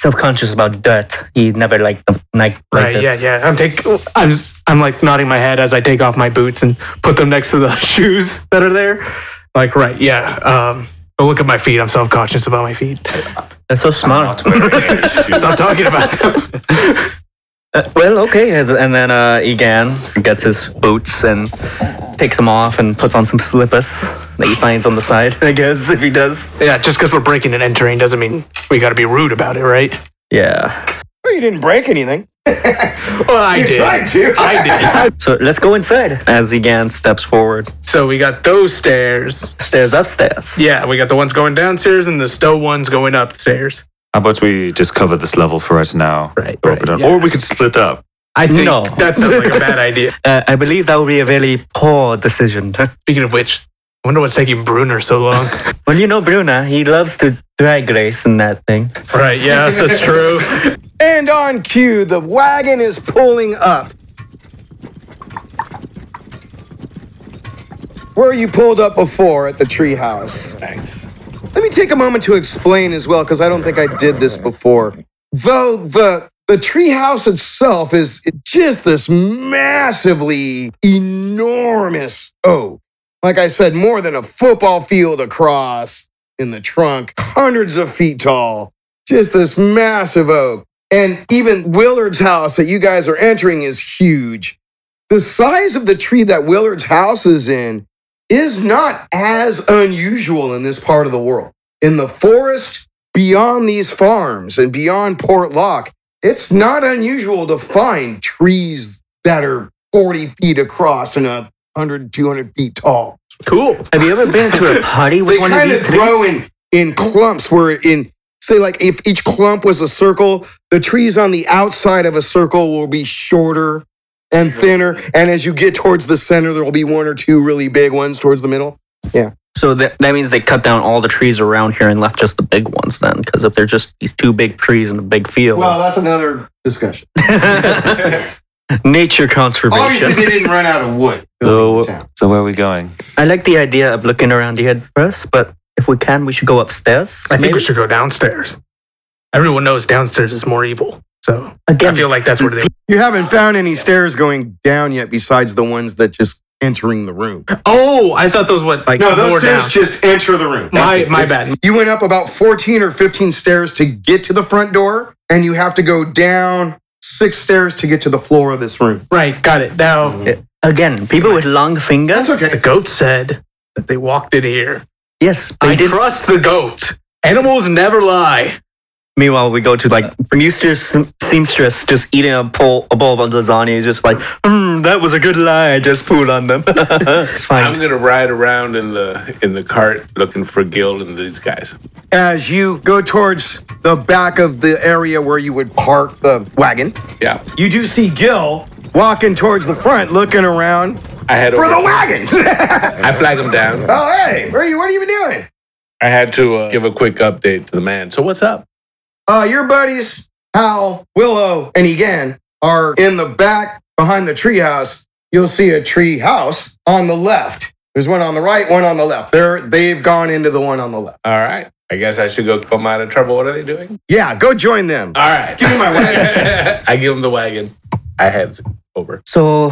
B: self-conscious about dirt. He never liked the like,
C: Right.
B: liked
C: Yeah. Yeah. I'm take. I'm. s- I'm like nodding my head as I take off my boots and put them next to the shoes that are there. Like right. Yeah. Um. But look at my feet. I'm self conscious about my feet.
B: That's so smart.
C: Stop talking about them.
B: Uh, well, okay, and and then uh, Egan gets his boots and takes them off and puts on some slippers that he finds on the side. I guess if he does.
C: yeah. Just because we're breaking and entering doesn't mean we got to be rude about it, right?
B: Yeah.
G: Well, you didn't break anything.
C: Well, I
G: You
C: did.
G: tried to.
C: I did.
B: So let's go inside. As Egan steps forward,
C: So we got those stairs.
B: stairs upstairs.
C: Yeah, we got the ones going downstairs and the stove ones going upstairs.
D: How about we just cover this level for right now?
C: Right,
D: Go
C: right,
D: up and down.
C: yeah.
D: Or we could split up.
C: I think
B: No.
C: that sounds like a bad idea.
B: Uh, I believe that would be a very poor decision.
C: Speaking of which, I wonder what's taking Bruner so long.
B: well, you know, Bruna, he loves to drag race and that thing.
C: right, yeah, that's true.
G: And on cue, the wagon is pulling up. Where you pulled up before at the treehouse.
F: Nice.
G: Let me take a moment to explain as well, because I don't think I did this before. Though the the treehouse itself is just this massively enormous oak. Like I said, more than a football field across in the trunk, hundreds of feet tall. Just this massive oak. And even Willard's house that you guys are entering is huge. The size of the tree that Willard's house is in is not as unusual in this part of the world. In the forest beyond these farms and beyond Port Lock, it's not unusual to find trees that are 40 feet across and a 100, 200 feet tall.
C: Cool.
B: Have you ever been to a party with
G: They
B: one of
G: kind
B: these
G: of
B: trees?
G: grow in, in clumps where in say like if each clump was a circle, the trees on the outside of a circle will be shorter and thinner. And as you get towards the center, there will be one or two really big ones towards the middle.
B: So that, that means they cut down all the trees around here and left just the big ones then, because if they're just these two big trees in a big field,
G: Well, that's another discussion.
B: nature conservation.
G: Obviously, they didn't run out of wood.
D: So,
G: building the town.
D: so where are we going?
B: I like the idea of looking around the head first, but if we can, we should go upstairs.
C: I think
B: maybe?
C: we should go downstairs. Everyone knows downstairs is more evil. So I
B: Again,
C: feel like that's where they.
G: You haven't found any stairs going down yet, besides the ones that just entering the room.
C: Oh, I thought those went like more down.
G: just enter the room.
C: My-
G: it.
C: my
G: It's-
C: bad.
G: You went up about fourteen or fifteen stairs to get to the front door, and you have to go down six stairs to get to the floor of this room.
C: Right, got it. Now
B: Uh, again, people with long fingers.
C: the goat said that they walked in here.
B: Yes, they
C: I
B: did.
C: trust the goat. Animals never lie.
B: Meanwhile, we go to like seamstress, seamstress just eating a, bowl, a bowl of lasagna, just like, mm, that was a good lie I just pulled on them. it's
F: I'm
B: fine.
F: gonna ride around in the in the cart looking for Gil and these guys.
G: As you go towards the back of the area where you would park the wagon,
F: Yeah,
G: you do see Gil walking towards the front, looking around
F: I had
G: for the wagon.
F: I flag him down.
G: Oh, hey, where are you? What are you doing?
F: I had to uh, give a quick update to the man. So what's up?
G: Uh, your buddies, Hal, Willow, and Egan are in the back behind the treehouse. You'll see a tree house on the left. There's one on the right, one on the left. They're, they've gone into the one on the left.
F: All right. I guess I should go keep them out of trouble. What are they doing?
G: Yeah, go join them.
F: All right. Give me my wagon. I give him the wagon. I head over.
B: So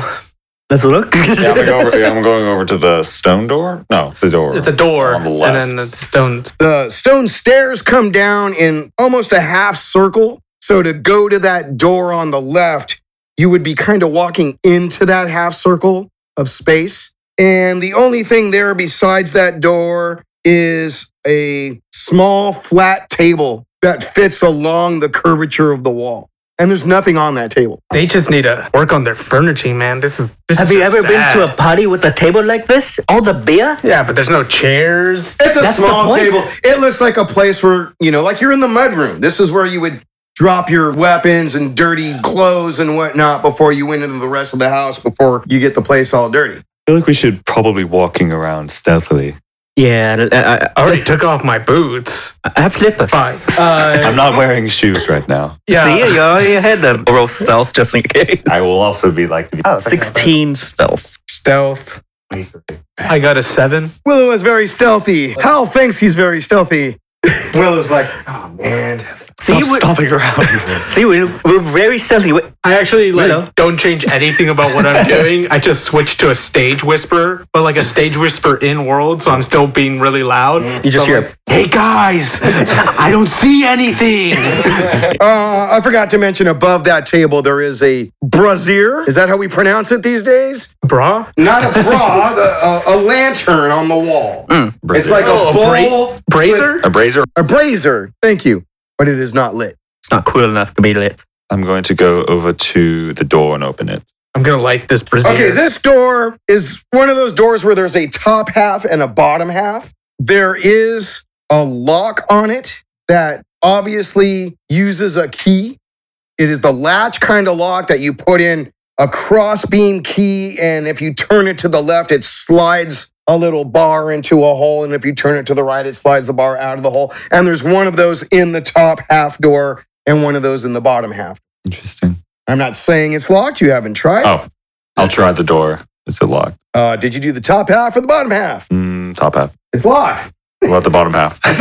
B: let's look.
D: Yeah, I'm, gonna go over, yeah, I'm going over to the stone door. No, the door.
C: It's a door,
D: On the
C: and
D: left.
C: then the stones.
G: The stone stairs come down in almost a half circle. So to go to that door on the left, you would be kind of walking into that half circle of space. And the only thing there besides that door is a small flat table that fits along the curvature of the wall. And there's nothing on that table.
C: They just need to work on their furniture, man. This is. This
B: Have
C: is
B: you
C: just
B: ever
C: sad.
B: been to a party with a table like this? All the beer?
C: Yeah, but there's no chairs.
G: It's a
B: That's the
G: small
B: point.
G: table. It looks like a place where, you know, like you're in the mud room. This is where you would drop your weapons and dirty clothes and whatnot before you went into the rest of the house before you get the place all dirty.
D: I feel like we should probably walking around stealthily.
B: Yeah, I,
C: I already took off my boots.
B: I, I have slippers.
C: Fine.
D: I'm not wearing shoes right now.
C: Yeah.
B: See, you already had the roll stealth just in case.
D: I will also be like oh,
B: 16 stealth.
C: Stealth. I got a seven.
G: Willow is very stealthy. Hal thinks he's very stealthy. Willow's like, oh man.
B: See, we,
D: stomping around.
B: see we, we're very stealthy. We-
C: I actually like
B: Hello.
C: don't change anything about what I'm doing. I just switch to a stage whisper, but like a stage whisper in world, so I'm still being really loud.
B: You just hear
C: Hey guys, I don't see anything.
G: Uh, I forgot to mention above that table there is a brazier. Is that how we pronounce it these days?
C: Bra?
G: Not a bra, the, a, a lantern on the wall. It's like
C: Oh,
G: a
C: a bra-
G: bowl,
C: Brazier?
D: a brazier.
G: a brazier. Thank you. But it is not lit.
B: it's not cool enough to be lit.
D: I'm going to go over to the door and open it.
I: I'm gonna light this brazier.
G: Okay, this door is one of those doors where there's a top half and a bottom half. There is a lock on it that obviously uses a key. It is the latch kind of lock that you put in a crossbeam key, and if you turn it to the left, it slides a little bar into a hole, and if you turn it to the right, it slides the bar out of the hole. And there's one of those in the top half door and one of those in the bottom half.
D: Interesting.
G: I'm not saying it's locked. You haven't tried.
D: Oh, I'll try the door. Is it locked?
G: Uh, did you do the top half or the bottom half?
D: Mm, top half.
G: It's locked.
D: What about the bottom half?
G: It's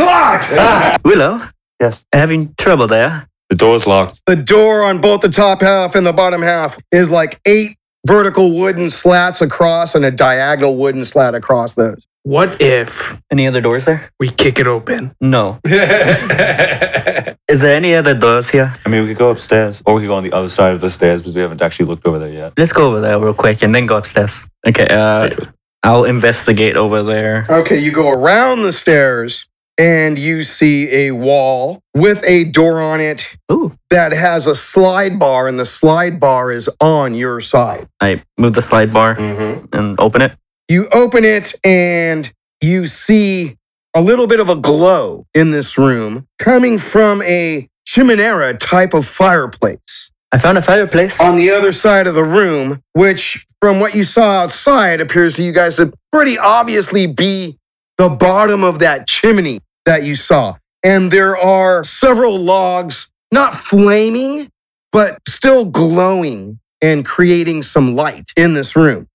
G: locked.
B: Willow? Yes. Having trouble there?
D: The door's locked.
G: the door on both the top half and the bottom half is like eight vertical wooden slats across and a diagonal wooden slat across those.
I: What if
B: Any other doors there?
I: we kick it open?
B: No. Is there any other doors here?
D: I mean, we could go upstairs, or we could go on the other side of the stairs because we haven't actually looked over there yet.
B: Let's go over there real quick and then go upstairs. Okay, uh, I'll investigate over there.
G: Okay, you go around the stairs and you see a wall with a door on it
B: Ooh.
G: that has a slide bar, and the slide bar is on your side.
B: I move the slide bar
G: Mm-hmm.
B: and open it.
G: You open it and you see a little bit of a glow in this room coming from a chimenera type of fireplace
B: I found a fireplace.
G: on the other side of the room, which, from what you saw outside, appears to you guys to pretty obviously be the bottom of that chimney that you saw. And there are several logs, not flaming, but still glowing and creating some light in this room.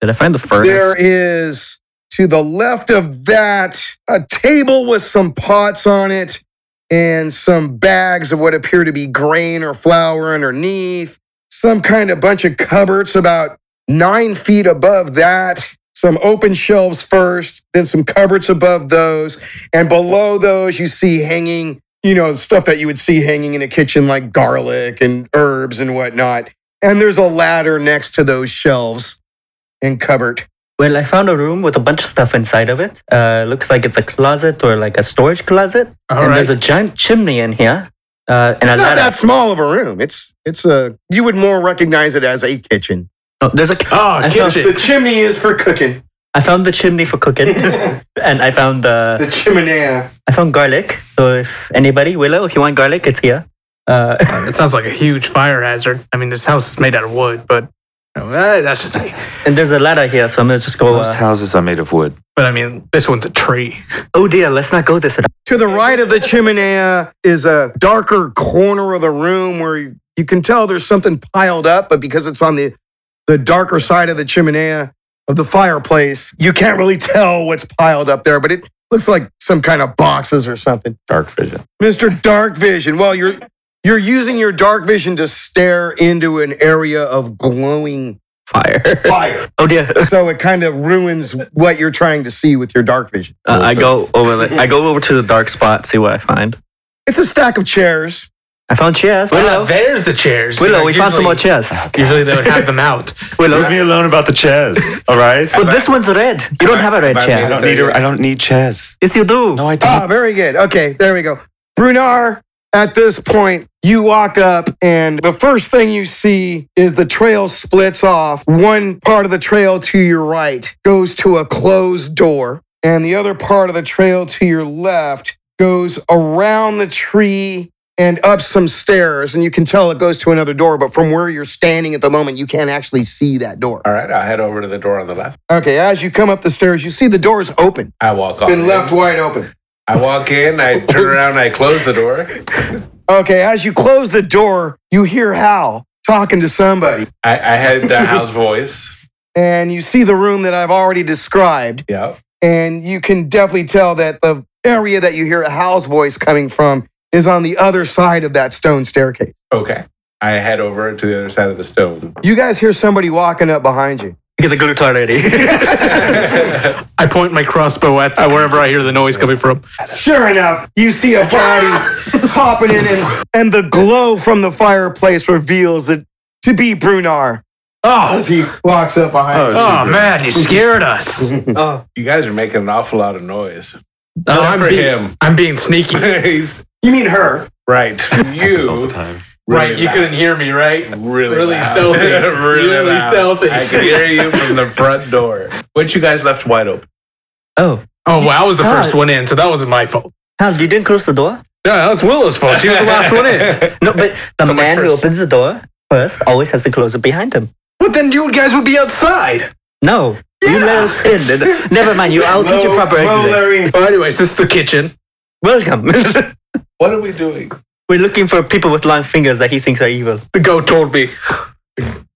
B: Did I find the furnace?
G: There is to the left of that a table with some pots on it and some bags of what appear to be grain or flour underneath, some kind of bunch of cupboards about nine feet above that. Some open shelves first, then some cupboards above those. And below those, you see hanging, you know, stuff that you would see hanging in a kitchen like garlic and herbs and whatnot. And there's a ladder next to those shelves and cupboard.
B: Well, I found a room with a bunch of stuff inside of it. Uh, looks like it's a closet or like a storage closet.
I: All
B: and
I: right.
B: there's a giant chimney in here. Uh, and a
G: It's not
B: ladder.
G: that small of a room. It's it's a you would more recognize it as a kitchen.
B: No, there's a.
I: Oh,
B: I found,
I: kitchen.
G: chimney is for cooking.
B: I found the chimney for cooking, and I found uh,
G: chimney.
B: I found garlic. So if anybody, Willow, if you want garlic, it's here. Uh,
I: That sounds like a huge fire hazard. I mean, this house is made out of wood, but uh, that's just me.
B: and there's a ladder here, so I'm gonna just go.
D: Most
B: Uh,
D: houses are made of wood.
I: But I mean, this one's a tree.
B: oh dear, let's not go this. way.
G: To the right of the chimney is a darker corner of the room where you, you can tell there's something piled up, but because it's on the the darker side of the chimney of the fireplace, you can't really tell what's piled up there, but it looks like some kind of boxes or something.
D: Dark vision.
G: Mr. Dark Vision. Well, you're you're using your dark vision to stare into an area of glowing
B: Fire.
G: fire.
B: Oh dear.
G: so it kind of ruins what you're trying to see with your dark vision.
B: Uh, I go over. The, I go over to the dark spot, see what I find.
G: It's a stack of chairs.
B: I found chairs.
I: Well,
B: Willow,
I: Ah, there's the chairs.
B: Willow, we
I: You know,
B: found some more
I: usually-
B: chairs.
I: Usually they would have them out.
D: Leave me alone about the chairs. All right.
B: But this one's red. You don't have a red
F: Buy me
D: I
B: chair.
D: don't need. A, I don't need chairs.
B: Yes, you do.
D: No, I don't.
G: Ah, very good. Okay, there we go. Brunar, at this point, you walk up, and the first thing you see is the trail splits off. One part of the trail to your right goes to a closed door, and the other part of the trail to your left goes around the tree and up some stairs. And you can tell it goes to another door, but from where you're standing at the moment, you can't actually see that door.
F: All right, I'll head over to the door on the left.
G: Okay, as you come up the stairs, you see the door's open.
F: I walk off.
G: Been left wide open.
F: I walk in, I turn around, I close the door.
G: Okay, as you close the door, you hear Hal talking to somebody,
F: I, I had the house voice.
G: and you see the room that I've already described,
F: Yeah.
G: and you can definitely tell that the area that you hear Hal's voice coming from is on the other side of that stone staircase.
F: Okay. I head over to the other side of the stone.
G: You guys hear somebody walking up behind you.
B: Get the glute already.
I: I point my crossbow at uh, wherever I hear the noise coming from.
G: Sure enough, you see a body popping in, and, and the glow from the fireplace reveals it to be Brunar
I: Oh,
G: as he walks up behind
D: Uh.
G: you.
I: oh man, you scared us. No,
F: You guys are making an awful lot of noise. Except
I: I'm
F: for
I: being,
F: him.
I: I'm being sneaky.
F: He's
G: You mean her?
F: right.
D: Happens all the
F: You
D: time.
I: right, you couldn't hear me, right?
F: Really,
I: Really
F: loud.
I: stealthy.
F: really,
I: Really
F: loud.
I: stealthy.
F: I could hear you from the front door, which you guys left wide open.
B: Oh,
I: Oh, well, I was the
B: Ah.
I: first one in, so that wasn't my fault.
B: Hal, you didn't close the door?
I: Yeah, that was Willow's fault. She was the last one in.
B: No, but the
I: Someone
B: man who
I: cursed.
B: opens the door first always has to close it behind him.
I: But then you guys would be outside.
B: No, you let us in. Never mind, you. I'll teach you proper exit.
I: Well, anyways, this is the kitchen.
B: Welcome.
F: What are we doing?
B: We're looking for people with long fingers that he thinks are evil.
I: The goat told me.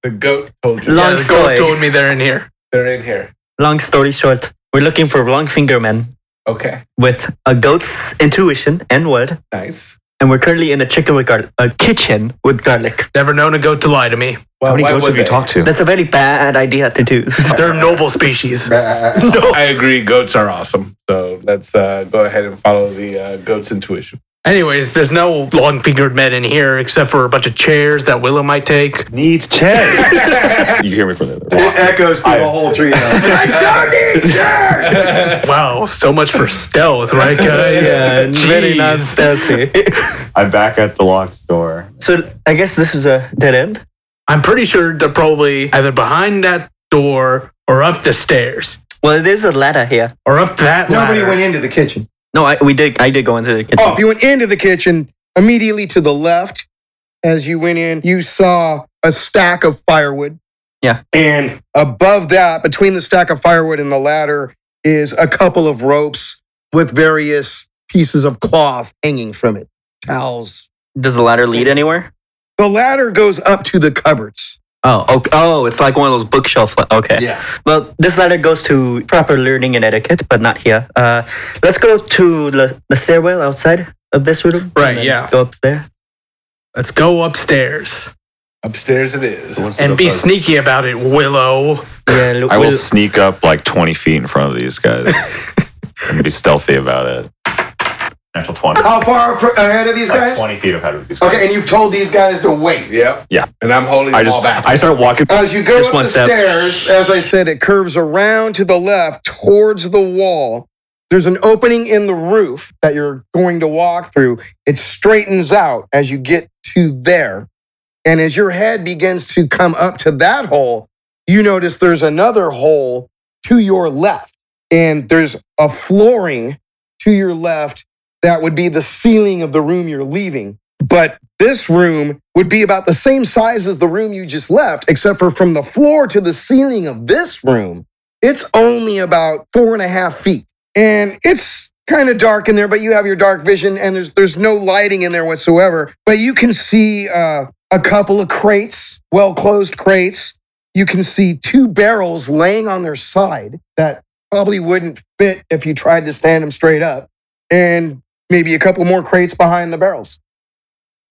F: The goat told you
B: Long
I: yeah, the
B: story.
I: goat told me they're in here.
F: they're in here.
B: Long story short, we're looking for long finger men
F: Okay,
B: with a goat's intuition and word,
F: nice.
B: and we're currently in a chicken with garlic, a kitchen with garlic.
I: Never known a goat to lie to me.
D: How
F: Well,
D: many
F: why
D: goats
F: would
D: have you
F: they?
D: talked to?
B: That's a very bad idea to do.
I: They're a noble species.
F: I agree. Goats are awesome. So let's uh, go ahead and follow the uh, goat's intuition.
I: Anyways, there's no long fingered men in here except for a bunch of chairs that Willow might take.
D: Need chairs. you hear me from the other
G: It echoes through the whole tree.
I: Wow, so much for stealth, right, guys? Jeez.
B: stealthy.
D: I'm back at the locked door.
B: so I guess this is a dead end.
I: I'm pretty sure they're probably either behind that door or up the stairs
B: Well, there's a ladder here.
I: or up that
G: Nobody
I: ladder.
G: went into the kitchen.
B: No, I we did. I did go into the kitchen.
G: Oh, if you went into the kitchen, immediately to the left, as you went in, you saw a stack of firewood.
B: Yeah.
G: And above that, between the stack of firewood and the ladder, is a couple of ropes with various pieces of cloth hanging from it, towels.
B: Does the ladder lead anywhere?
G: The ladder goes up to the cupboards.
B: Oh, okay. oh, it's like one of those bookshelf. la- Okay.
G: Yeah.
B: Well, this ladder goes to proper learning and etiquette, but not here. Uh, let's go to the, the stairwell outside of this room. and
I: Right,
B: then
I: yeah.
B: Go up there.
I: Let's go upstairs
F: Upstairs it is.
I: and be sneaky about it, Willow.
B: Yeah. Look,
D: I will
B: we'll-
D: sneak up like 20 feet in front of these guys and be stealthy about it. Natural 20.
G: How far fr- ahead of these
D: Like
G: guys?
D: 20 feet ahead of these guys.
G: Okay, and you've told these guys to wait.
F: Yep.
D: Yeah.
F: And I'm holding the
D: I just
F: ball back.
D: I start walking.
G: As you go
B: Just
G: up
B: one
G: the
B: step.
G: stairs, as I said, it curves around to the left towards the wall. There's an opening in the roof that you're going to walk through. It straightens out as you get to there. And as your head begins to come up to that hole, you notice there's another hole to your left. And there's a flooring to your left that would be the ceiling of the room you're leaving. But this room would be about the same size as the room you just left, except for from the floor to the ceiling of this room, it's only about four and a half feet. And it's kind of dark in there, but you have your dark vision and there's, there's no lighting in there whatsoever. But you can see uh, a couple of crates, well closed crates. You can see two barrels laying on their side that probably wouldn't fit if you tried to stand them straight up, and maybe a couple more crates behind the barrels.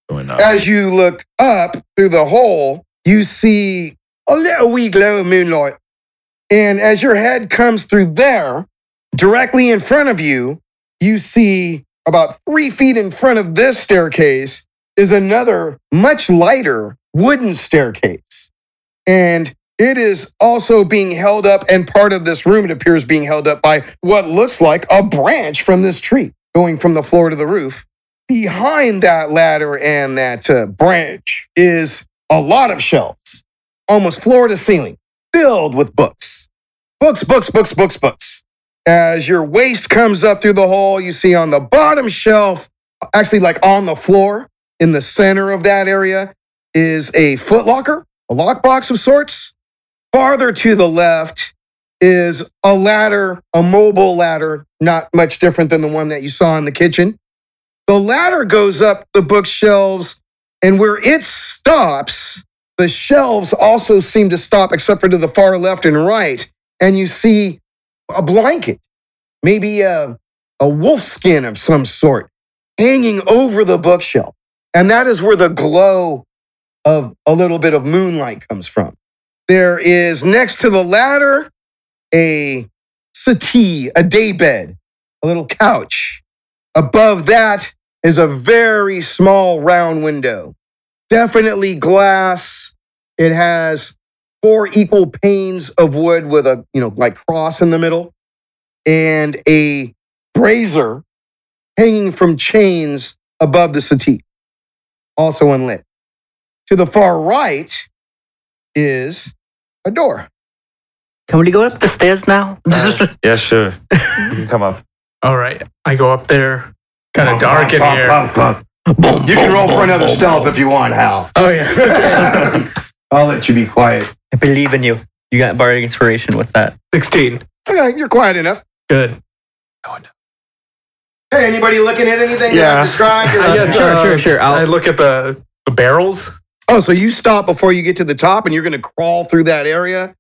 D: Going up.
G: As you look up through the hole, you see a little wee glow of moonlight. And as your head comes through there, directly in front of you, you see about three feet in front of this staircase is another much lighter wooden staircase. And it is also being held up, and part of this room, it appears, being held up by what looks like a branch from this tree going from the floor to the roof behind that ladder and that uh, branch is a lot of shelves, almost floor to ceiling, filled with books. Books, books, books, books, books. As your waist comes up through the hole, you see on the bottom shelf, actually, like on the floor in the center of that area, is a footlocker, a lockbox of sorts. Farther to the left is a ladder, a mobile ladder, not much different than the one that you saw in the kitchen. The ladder goes up the bookshelves, and where it stops, the shelves also seem to stop, except for to the far left and right. And you see a blanket, maybe a, a wolf skin of some sort, hanging over the bookshelf. And that is where the glow of a little bit of moonlight comes from. There is next to the ladder a settee, a daybed, a little couch. Above that is a very small round window. Definitely glass. It has four equal panes of wood with a, you know, like cross in the middle and a brazier hanging from chains above the settee, also unlit. To the far right is a door.
B: Can we go up the stairs now?
D: Yeah, sure. you can come up.
C: All right, I go up there. Kind of dark in here.
B: Uh,
G: You can roll for another stealth if you want, Hal.
C: Oh yeah.
G: I'll let you be quiet.
B: I believe in you. You got bardic inspiration with that.
C: Sixteen.
G: Okay, you're quiet enough.
C: Good.
G: Hey, anybody looking at anything that
D: Yeah.
G: I've described? Or-
C: I
B: guess, Uh, sure,
G: uh,
I: Um,
B: sure, sure. I'll-
C: I look at the, the barrels.
G: Oh, so you stop before you get to the top and you're going to crawl through that area?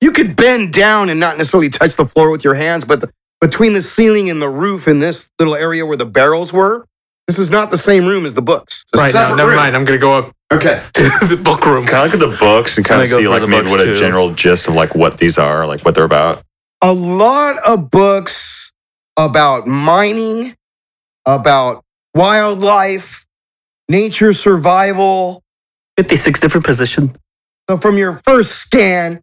G: You could bend down and not necessarily touch the floor with your hands, but the, between the ceiling and the roof in this little area where the barrels were, this is not the same room as the books. It's a
C: Right now,
G: separate
C: never
G: room.
C: mind. I'm gonna go up
G: Okay.
C: to the book room.
D: Kind of look at the books and kind
F: Kinda
D: of
F: go
D: see
F: through
D: like
F: the
D: maybe
F: books,
D: what
F: too.
D: a general gist of like what these are, like what they're about.
G: A lot of books about mining, about wildlife, nature survival,
B: 56 different positions.
G: So from your first scan,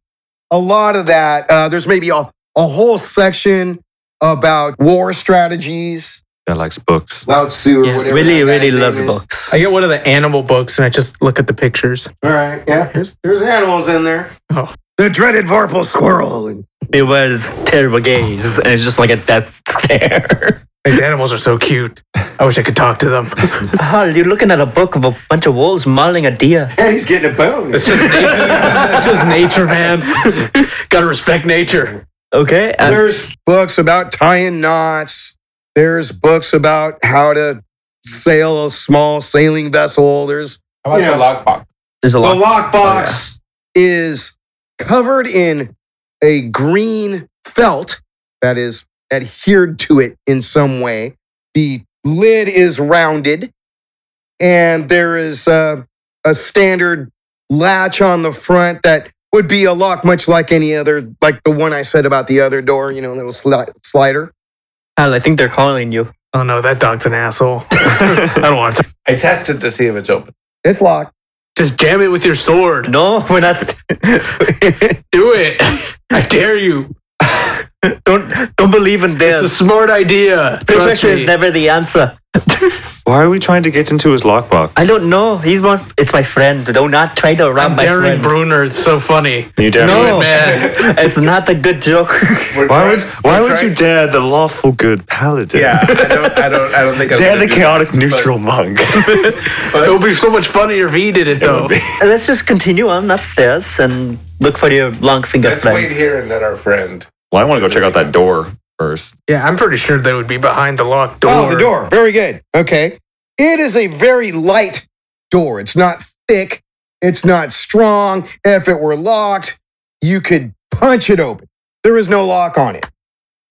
G: a lot of that, uh, there's maybe a, a whole section about war strategies,
D: That likes books.
G: Lao Tzu or
B: Yeah,
G: whatever.
B: really,
G: that guy's
B: really
G: name
B: loves
G: is.
B: books.
C: I get one of the animal books and I just look at the pictures.
G: All right, yeah. There's, there's animals in there.
C: Oh.
G: The dreaded Vorpal squirrel. And
B: It was terrible gaze, and it's just like a death stare.
C: These animals are so cute. I wish I could talk to them.
B: Hal, you're looking at a book of a bunch of wolves mauling a deer.
G: and he's getting a bone.
C: It's just nature, it's just nature man. Gotta respect nature.
B: Okay. and-
G: there's books about tying knots. There's books about how to sail a small sailing vessel. There's
F: How about
G: Yeah.
F: the lockbox?
B: there's a
G: The
B: lot.
G: lockbox is covered in a green felt that is adhered to it in some way. The lid is rounded, and there is a, a standard latch on the front that would be a lock, much like any other, like the one I said about the other door, you know, little sli- slider.
B: Hal, I think they're calling you.
C: Oh no, that dog's an asshole. I don't want to.
F: I test it to see if it's open.
G: It's locked.
C: Just jam it with your sword.
B: No, we're not. St-
C: Do it. I dare you.
B: don't don't believe in
C: It's a
B: this.
C: smart idea. Trust
B: Pressure
C: me.
B: is never the answer.
D: Why are we trying to get into his lockbox?
B: I don't know. He's one. It's my friend. Do not try to rob
C: I'm
B: my
C: daring
B: friend.
C: Bruner. It's so funny.
D: You dare
C: Do
D: me?
C: it, man.
B: it's not a good joke.
F: We're
D: Why
F: trying-
D: would Why
F: we're
D: would
F: trying-
D: you dare the lawful good paladin?
F: Yeah, I don't. I don't. I don't think. I'm
D: Dare
F: gonna
D: the
F: do
D: chaotic
F: that,
D: neutral monk.
C: It would be so much funnier if he did it, though.
B: Let's just continue on upstairs and look for your long
F: but
B: finger
F: Let's wait
B: friends.
F: here and let our friend.
D: Well, I want to go check out that door first.
C: Yeah, I'm pretty sure they would be behind the locked door.
G: Oh, the door. Very good. Okay. It is a very light door. It's not thick. It's not strong. If it were locked, you could punch it open. There is no lock on it.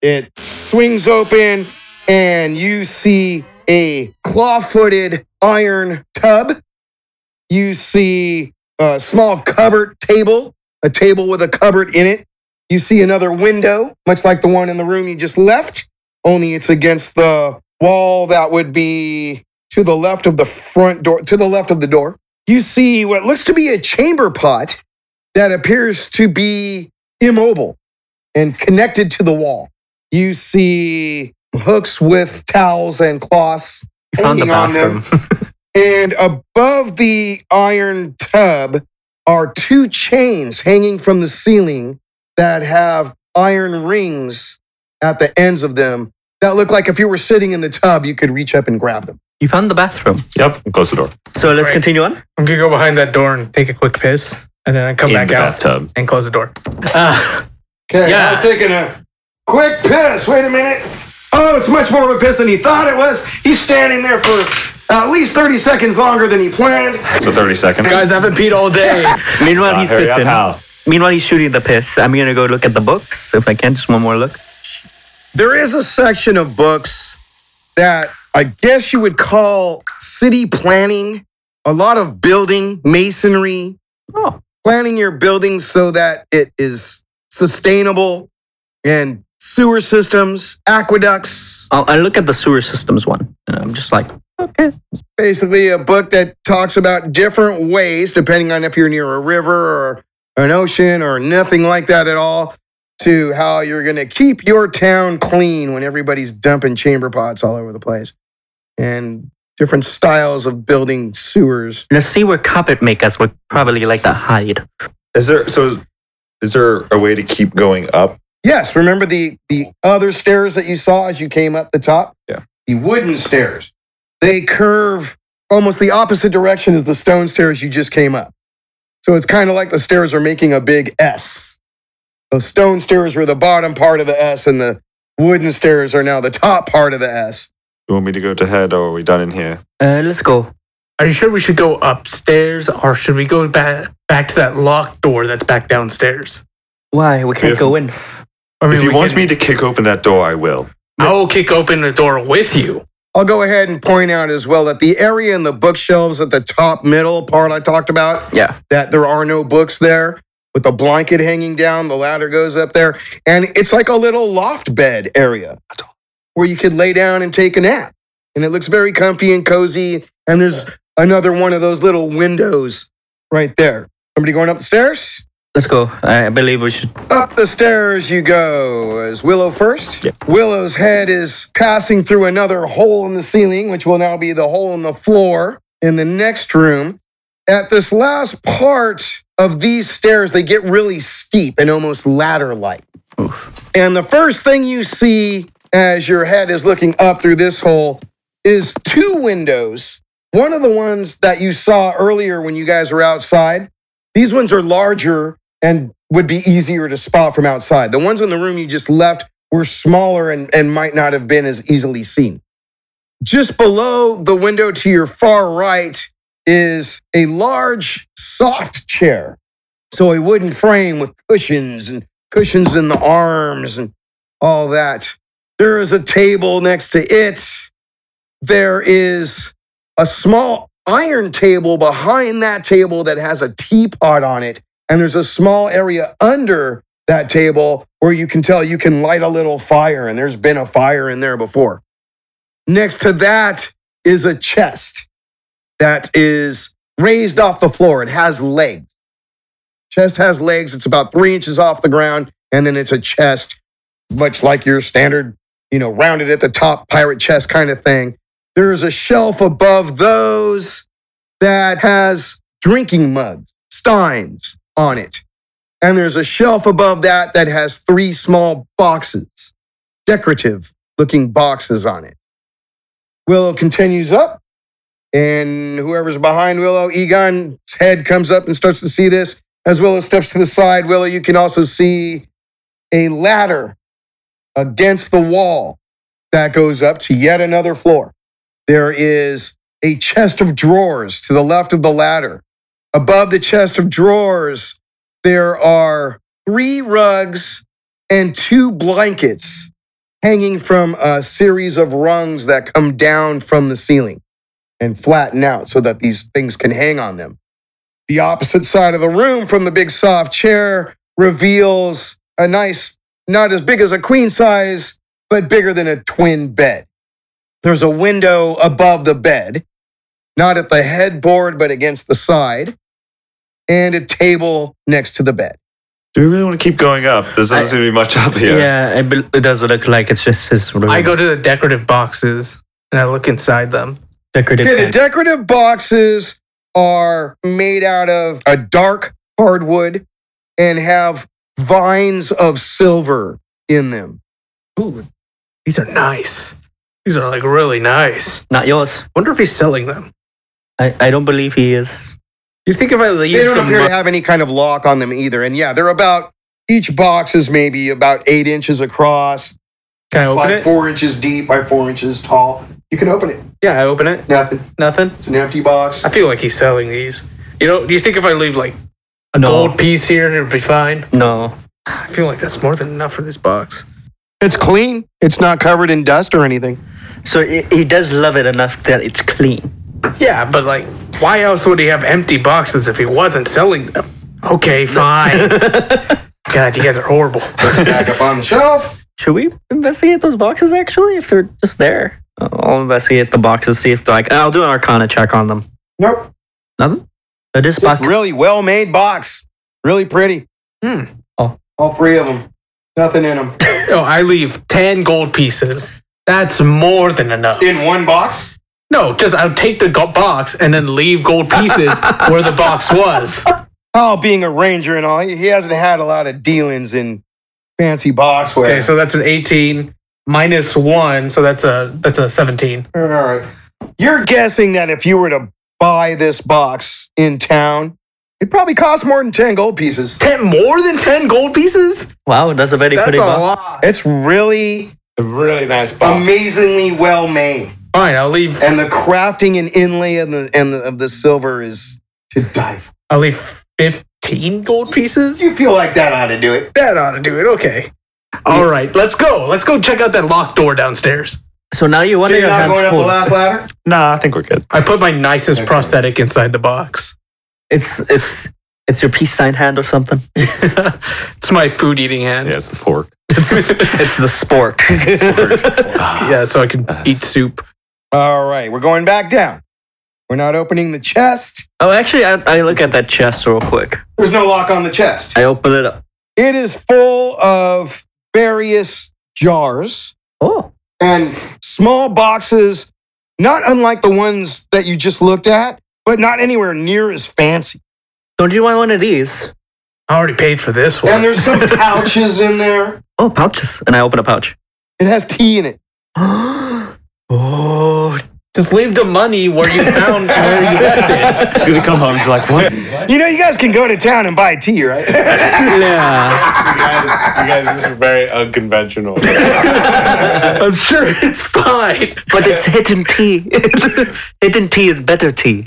G: It swings open, and you see a claw footed iron tub. You see a small cupboard table, a table with a cupboard in it. You see another window, much like the one in the room you just left only it's against the wall that would be to the left of the front door, to the left of the door. You see what looks to be a chamber pot that appears to be immobile and connected to the wall. You see hooks with towels and cloths
B: You found the
G: hanging on them.
B: bathroom.
G: And above the iron tub are two chains hanging from the ceiling that have iron rings at the ends of them that look like if you were sitting in the tub, you could reach up and grab them.
B: You found the bathroom.
D: Yep, close the door.
B: So let's
C: Right.
B: continue on.
C: I'm gonna go behind that door and take a quick piss, and then I come
D: in
C: back
D: the
C: out
D: bathtub.
C: and close the door. Uh,
G: Okay,
C: Yeah.
G: I was taking a quick piss. Wait a minute. Oh, it's much more of a piss than he thought it was. He's standing there for at least 30 seconds longer than he planned.
D: So thirty seconds.
C: guys, I haven't peed all day.
B: Meanwhile,
D: Uh,
B: he's
D: hurry up,
B: pissing.
D: Hal.
B: Meanwhile, he's shooting the piss. I'm gonna go look at the books if I can. Just one more look.
G: There is a section of books that I guess you would call city planning, a lot of building, masonry,
B: Oh.
G: planning your building so that it is sustainable, and sewer systems, aqueducts.
B: I'll, I'll look at the sewer systems one. And I'm just like, okay.
G: Basically, a book that talks about different ways, depending on if you're near a river or an ocean or nothing like that at all, to how you're going to keep your town clean when everybody's dumping chamber pots all over the place. And different styles of building sewers.
B: Let's see where carpet makers would probably like to hide.
L: Is there so? Is, is there a way to keep going up?
G: Yes, remember the the other stairs that you saw as you came up the top?
L: Yeah.
G: The wooden stairs. They curve almost the opposite direction as the stone stairs you just came up. So it's kind of like the stairs are making a big S. The stone stairs were the bottom part of the S and the wooden stairs are now the top part of the S.
D: You want me to go to head or are we done in here?
B: Uh, let's go.
I: Are you sure we should go upstairs or should we go back back to that locked door that's back downstairs?
B: Why? We can't
D: If-
B: go in.
I: I mean,
D: if you
I: we
D: want
I: can-
D: me to kick open that door, I will.
I: I will kick open the door with you.
G: I'll go ahead and point out as well that the area in the bookshelves at the top middle part I talked about,
B: Yeah.
G: that there are no books there, with the blanket hanging down, the ladder goes up there, and it's like a little loft bed area where you could lay down and take a nap. And it looks very comfy and cozy, and there's another one of those little windows right there. Somebody going up the stairs?
B: Let's go. I I believe we should.
G: Up the stairs you go. Is Willow first?
D: Yeah.
G: Willow's head is passing through another hole in the ceiling, which will now be the hole in the floor in the next room. At this last part of these stairs, they get really steep and almost ladder like. And the first thing you see as your head is looking up through this hole is two windows. One of the ones that you saw earlier when you guys were outside, these ones are larger and would be easier to spot from outside. The ones in the room you just left were smaller and, and might not have been as easily seen. Just below the window to your far right is a large soft chair. So a wooden frame with cushions and cushions in the arms and all that. There is a table next to it. There is a small iron table behind that table that has a teapot on it. And there's a small area under that table where you can tell you can light a little fire. And there's been a fire in there before. Next to that is a chest that is raised off the floor. It has legs. Chest has legs. It's about three inches off the ground. And then it's a chest, much like your standard, you know, rounded at the top pirate chest kind of thing. There is a shelf above those that has drinking mugs, steins on it. And there's a shelf above that that has three small boxes, decorative looking boxes on it. Willow continues up, and whoever's behind Willow, Egon's head comes up and starts to see this. As Willow steps to the side, Willow, you can also see a ladder against the wall that goes up to yet another floor. There is a chest of drawers to the left of the ladder. Above the chest of drawers, there are three rugs and two blankets hanging from a series of rungs that come down from the ceiling and flatten out so that these things can hang on them. The opposite side of the room from the big soft chair reveals a nice, not as big as a queen size, but bigger than a twin bed. There's a window above the bed, not at the headboard, but against the side, and a table next to the bed.
D: Do we really want to keep going up? This doesn't
B: I-
D: seem to be much up here.
B: Yeah, I bel it does look like it's just his
D: Mm.
B: room.
I: I go to the decorative boxes and I look inside them.
B: decorative.
G: Okay, the decorative boxes are made out of a dark hardwood and have vines of silver in them.
I: Ooh, these are nice. These are like really nice.
B: Not yours.
I: Wonder if he's selling them.
B: I, I don't believe he is.
I: You think if I leave
G: They don't
I: some
G: appear
I: mo-
G: to have any kind of lock on them either. And yeah, they're about each box is maybe about eight inches across,
I: Can I open
G: by
I: it?
G: four inches deep, by four inches tall. You can open it.
I: Yeah, I open it.
G: Nothing.
I: Nothing.
G: It's an empty box.
I: I feel like he's selling these. You know, do you think if I leave like a
B: No.
I: gold piece here it'd be fine?
B: No.
I: I feel like that's more than enough for this box.
G: It's clean. It's not covered in dust or anything.
B: So he, he does love it enough that it's clean.
I: Yeah, but like, why else would he have empty boxes if he wasn't selling them? Okay, fine. God, you guys are horrible.
G: Back up on the shelf.
B: Should we investigate those boxes actually if they're just there? Uh, I'll investigate the boxes, see if they're like. I'll do an arcana check on them.
G: Nope.
B: Nothing? Uh, this box.
G: Really well made box. Really pretty.
I: Hmm.
B: Oh.
G: All three of them. Nothing in them.
I: No, I leave 10 gold pieces. That's more than enough.
G: In one box?
I: No, just I'll take the go- box and then leave gold pieces where the box was.
G: Oh, being a ranger and all, he he hasn't had a lot of dealings in fancy boxware.
I: Okay, so that's an 18 minus one, so that's a that's a 17.
G: All right. You're guessing that if you were to buy this box in town, it'd probably cost more than 10 gold pieces.
I: 10 more than 10 gold pieces?
B: Wow, that's a very
I: That's
B: pretty
I: a
B: box.
I: lot.
G: It's really
F: A really nice box.
G: amazingly well made.
I: Fine, I'll leave.
G: And the crafting and inlay and the, and the, of the silver is to die for.
I: I'll leave 15 gold pieces.
G: You feel like that ought to do it.
I: That ought to do it. Okay. All right, let's go. Let's go check out that locked door downstairs.
B: So now you
G: So
B: wonder
G: you're
B: your
G: not
B: hands
G: going up the
B: full.
G: last ladder?
D: Nah, I think we're good.
I: I put my nicest prosthetic inside the box.
B: It's it's it's your peace sign hand or something.
I: it's my food eating hand.
D: Yeah, it's the fork.
B: It's the spork.
I: yeah, so I can eat soup.
G: All right, we're going back down. We're not opening the chest.
B: oh, actually, I, I look at that chest real quick.
G: There's no lock on the chest.
B: I open it up.
G: It is full of various jars
B: Oh,
G: and small boxes, not unlike the ones that you just looked at, but not anywhere near as fancy.
B: don't you want one of these?
I: I already paid for this one.
G: And there's some pouches in there.
B: Oh, pouches. And I open a pouch.
G: It has tea in it.
B: oh,
I: Just leave the money where you found where you left it.
D: She's gonna come home and be like, what?
G: You know, you guys can go to town and buy tea, right?
B: yeah.
F: You guys, you guys, this is very unconventional.
I: I'm sure it's fine.
B: But it's hidden tea. hidden tea is better tea.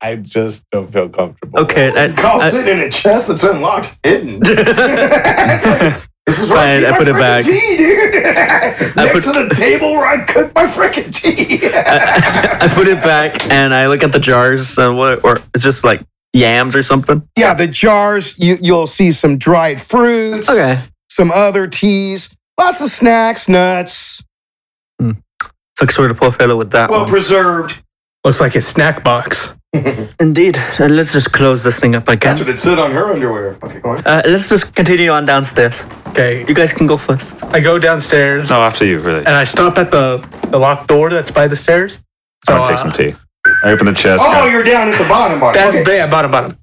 F: I just don't feel comfortable.
B: okay. I,
G: Call
B: I-
G: sitting in a chest that's unlocked, hidden. It's like, this is where I,
B: Fine,
G: keep
B: I
G: my
B: put it
G: frickin'
B: back.
G: tea, dude. Next
B: put-
G: to the table where I cook my freaking tea.
B: I put it back and I look at the jars and what, or it's just like yams or something.
G: Yeah, the jars, you, you'll see some dried fruits.
B: Okay.
G: Some other teas, lots of snacks, nuts.
B: So sort of poor fellow with that.
G: Well
B: one.
G: preserved.
I: Looks like a snack box.
B: Indeed. Uh, let's just close this thing up, I
G: That's
B: guess.
G: what it said on her underwear. Okay, go on.
B: Uh, let's just continue on downstairs.
I: Okay,
B: You guys can go first.
I: I go downstairs
D: No, after you,
C: Oh,
D: really.
I: and I stop at the, the locked door that's by the stairs.
D: I'm
C: uh,
D: gonna take some tea. I open the chest.
G: Oh,
D: kinda-
G: you're down at the bottom, bottom.
I: That
G: Okay.
I: bam, bottom, bottom.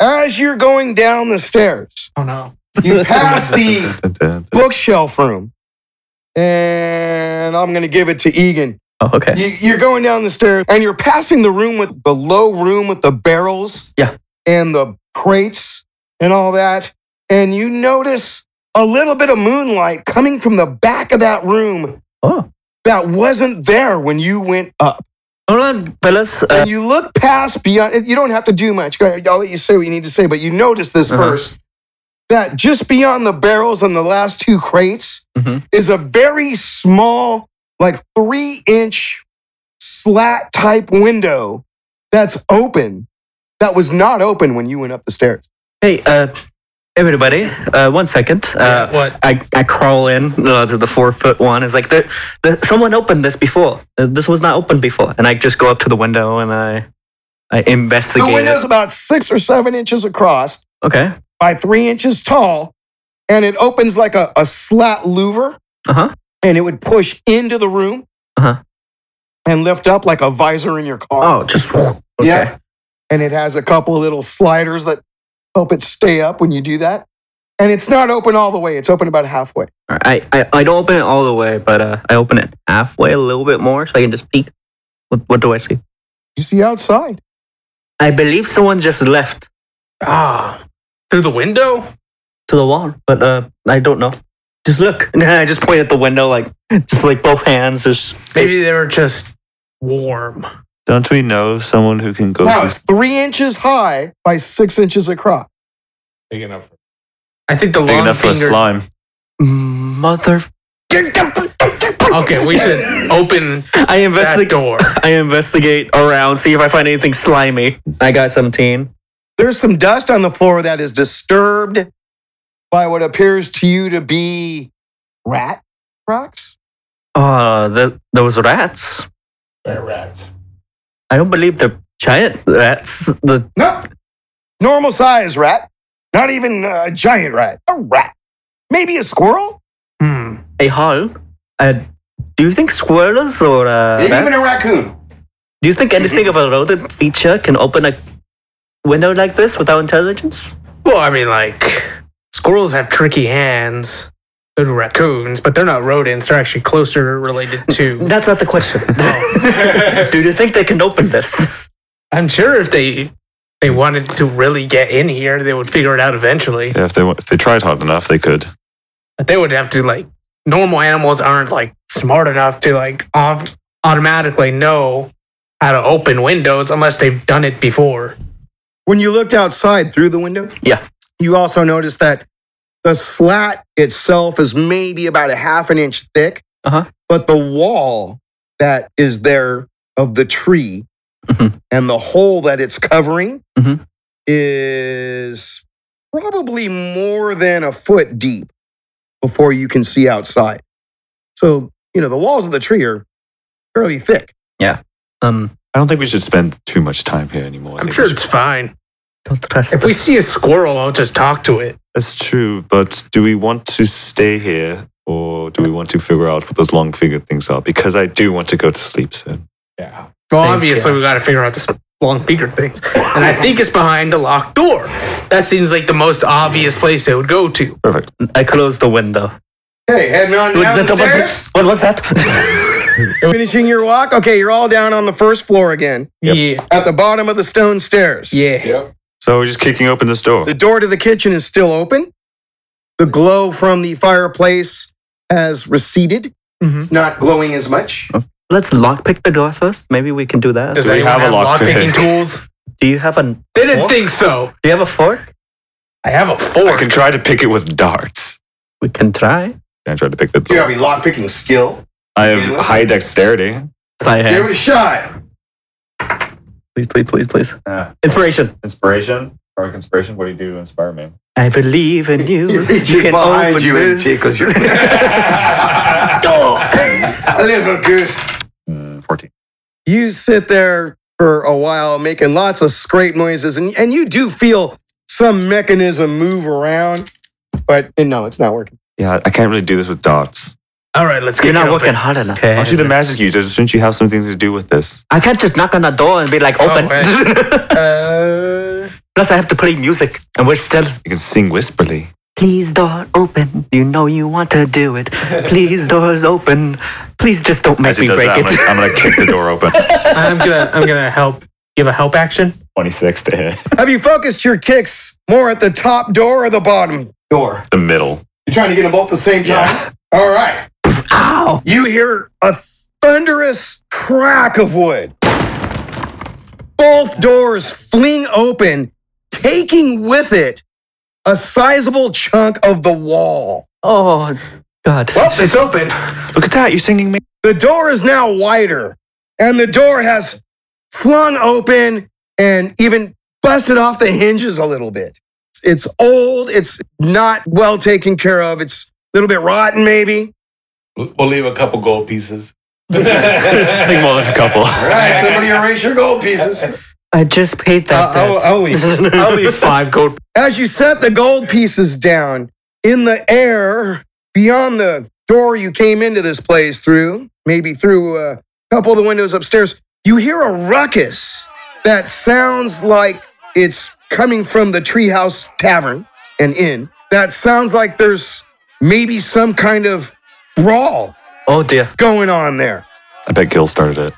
G: As you're going down the stairs,
I: Oh no.
G: you pass the
D: Dun, dun, dun.
G: bookshelf room. And I'm going to give it to Egan.
B: Oh, okay.
G: You, you're going down the stairs and you're passing the room with the low room with the barrels.
B: Yeah.
G: And the crates and all that. And you notice a little bit of moonlight coming from the back of that room
B: Oh.
G: that wasn't there when you went up.
B: Hold on, fellas. Uh,
G: and you look past beyond, you don't have to do much. Go ahead, I'll let you say what you need to say, but you notice this
B: Uh-huh.
G: first that just beyond the barrels on the last two crates
B: Mhm.
G: is a very small, like three inch slat type window that's open that was not open when you went up the stairs.
B: hey, uh, everybody, uh, one second. Uh,
I: what?
B: I, I crawl in uh, to the four foot one. It's like, the, the, someone opened this before. Uh, this was not open before. And I just go up to the window and I, I
G: The
B: investigate. it.
G: window's about six or seven inches across
B: Okay.
G: by three inches tall, and it opens like a, a slat louver,
B: Uh-huh.
G: and it would push into the room
B: Uh-huh.
G: and lift up like a visor in your car.
B: Oh, just. Okay.
G: Yeah. And it has a couple of little sliders that help it stay up when you do that. And it's not open all the way, it's open about halfway.
B: All right, I, I, I don't open it all the way, but uh, I open it halfway, a little bit more, so I can just peek. What, what do I see?
G: You see outside.
B: I believe someone just left
I: Ah. Through the window?
B: to the wall, but uh, I don't know. Just look. And I just point at the window, like just like both hands. Just
I: Maybe they were just warm.
D: Don't we know of someone who can go
G: Now
D: through
G: it's three inches high by six inches across.
F: Big enough. for-
I: I think the
D: big
I: long
D: enough for a
I: finger.
D: slime?
B: mother.
I: Okay, we should open
B: I
I: that
B: investigate.
I: door.
B: I investigate around, see if I find anything slimy. I got seventeen.
G: There's some dust on the floor that is disturbed by what appears to you to be rat rocks.
B: Uh, the, those rats.
F: They're rats.
B: I don't believe they're giant rats. The
G: No. Normal size rat. Not even a giant rat. A rat. Maybe a squirrel?
I: Hmm.
B: a hall. Uh, do you think squirrels or uh,
G: Maybe even a
B: rats?
G: raccoon.
B: Do you think anything of a rodent feature can open a window like this without intelligence?
I: Well, I mean, like, squirrels have tricky hands. So do raccoons, but they're not rodents. They're actually closer related to.
B: That's not the question. Do you think they can open this?
I: I'm sure if they they wanted to really get in here, they would figure it out eventually.
D: Yeah, if they wa- if they tried hard enough, they could.
I: But they would have to like normal animals aren't like smart enough to like off- automatically know how to open windows unless they've done it before.
G: When you looked outside through the window,
B: yeah,
G: you also noticed that the slat itself is maybe about a half an inch thick,
B: uh-huh.
G: but the wall that is there of the tree
B: Mm-hmm.
G: and the hole that it's covering
B: Mhm.
G: is probably more than a foot deep before you can see outside. So, you know, the walls of the tree are fairly thick.
B: Yeah. Um,
D: I don't think we should spend too much time here anymore. I
I: I'm
D: think
I: sure
D: we should-
I: it's fine.
B: Don't trust
I: if we see a squirrel, I'll just talk to it.
D: That's true, but do we want to stay here or do we want to figure out what those long fingered things are? Because I do want to go to sleep soon.
F: Yeah.
I: Well, obviously, we got to figure out this long beaker things, and I think it's behind a locked door. That seems like the most obvious place they would go to.
D: Perfect.
B: I closed the window.
G: Hey, heading on down the stairs?
B: What was that?
G: Finishing your walk? Okay, you're all down on the first floor again.
I: Yeah.
G: At the bottom of the stone stairs.
I: Yeah.
D: So we're just kicking open this door.
G: The door to the kitchen is still open. The glow from the fireplace has receded.
I: Mhm.
G: It's not glowing as much.
B: Let's lockpick the door first. Maybe we can do that.
I: Does
D: Do we
I: anyone
D: have
I: have,
D: a lock
I: lockpicking
D: pick?
I: tools?
B: Do you have an?
I: They didn't think so.
B: Do you have a fork?
I: I have a
D: I
I: fork.
D: can try to pick it with darts.
B: We can try.
D: Can I try to pick the
G: You
D: door?
G: gotta be lockpicking skill.
D: I have high dexterity.
B: Side
G: Give
B: hand.
G: it a shot.
B: Please, please, please, please.
D: Yeah.
B: Inspiration.
D: Inspiration? Or inspiration? What do you do to inspire me?
B: I believe in you.
G: reaches behind you and tickles your- A little goose.
D: 14.
G: You sit there for a while making lots of scrape noises, and, and you do feel some mechanism move around, but no, it's not working.
D: Yeah, I can't really do this with darts.
I: All right, let's get
B: You're not
I: it
B: working
I: open.
B: hard enough.
D: Aren't you the magic user? Shouldn't you have something to do with this?
B: I can't just knock on a door and be like, open.
I: Uh,
B: Plus, I have to play music, and we're still.
D: You can sing whisperly.
B: Please, door open. You know you want to do it. Please, doors open. Please, just don't make
D: As he
B: me
D: does
B: break
D: that, I'm
B: it.
D: gonna- I'm going to kick the door open.
I: I'm gonna I'm gonna help. Give a help action.
D: 26 to hit.
G: Have you focused your kicks more at the top door or the bottom door?
D: The middle.
G: You're trying to get them both at the same time?
D: Yeah.
G: All right. Ow! You hear a thunderous crack of wood. Both doors fling open, taking with it a sizable chunk of the wall.
B: Oh, God.
I: Well, it's open.
D: Look at that. You're singing me.
G: The door is now wider, and the door has flung open and even busted off the hinges a little bit. It's old, it's not well taken care of, it's a little bit rotten, maybe.
F: We'll leave a couple gold pieces.
D: I think more than a couple.
G: All right, somebody erase your gold pieces.
B: I just paid
C: uh,
B: that
I: I'll,
B: debt.
I: I'll leave. I'll leave five gold.
G: As you set the gold pieces down in the air beyond the door you came into this place through, maybe through a couple of the windows upstairs, you hear a ruckus that sounds like it's coming from the treehouse tavern and inn. That sounds like there's maybe some kind of brawl
B: Oh, dear.
G: going on there.
D: I bet Gil started it.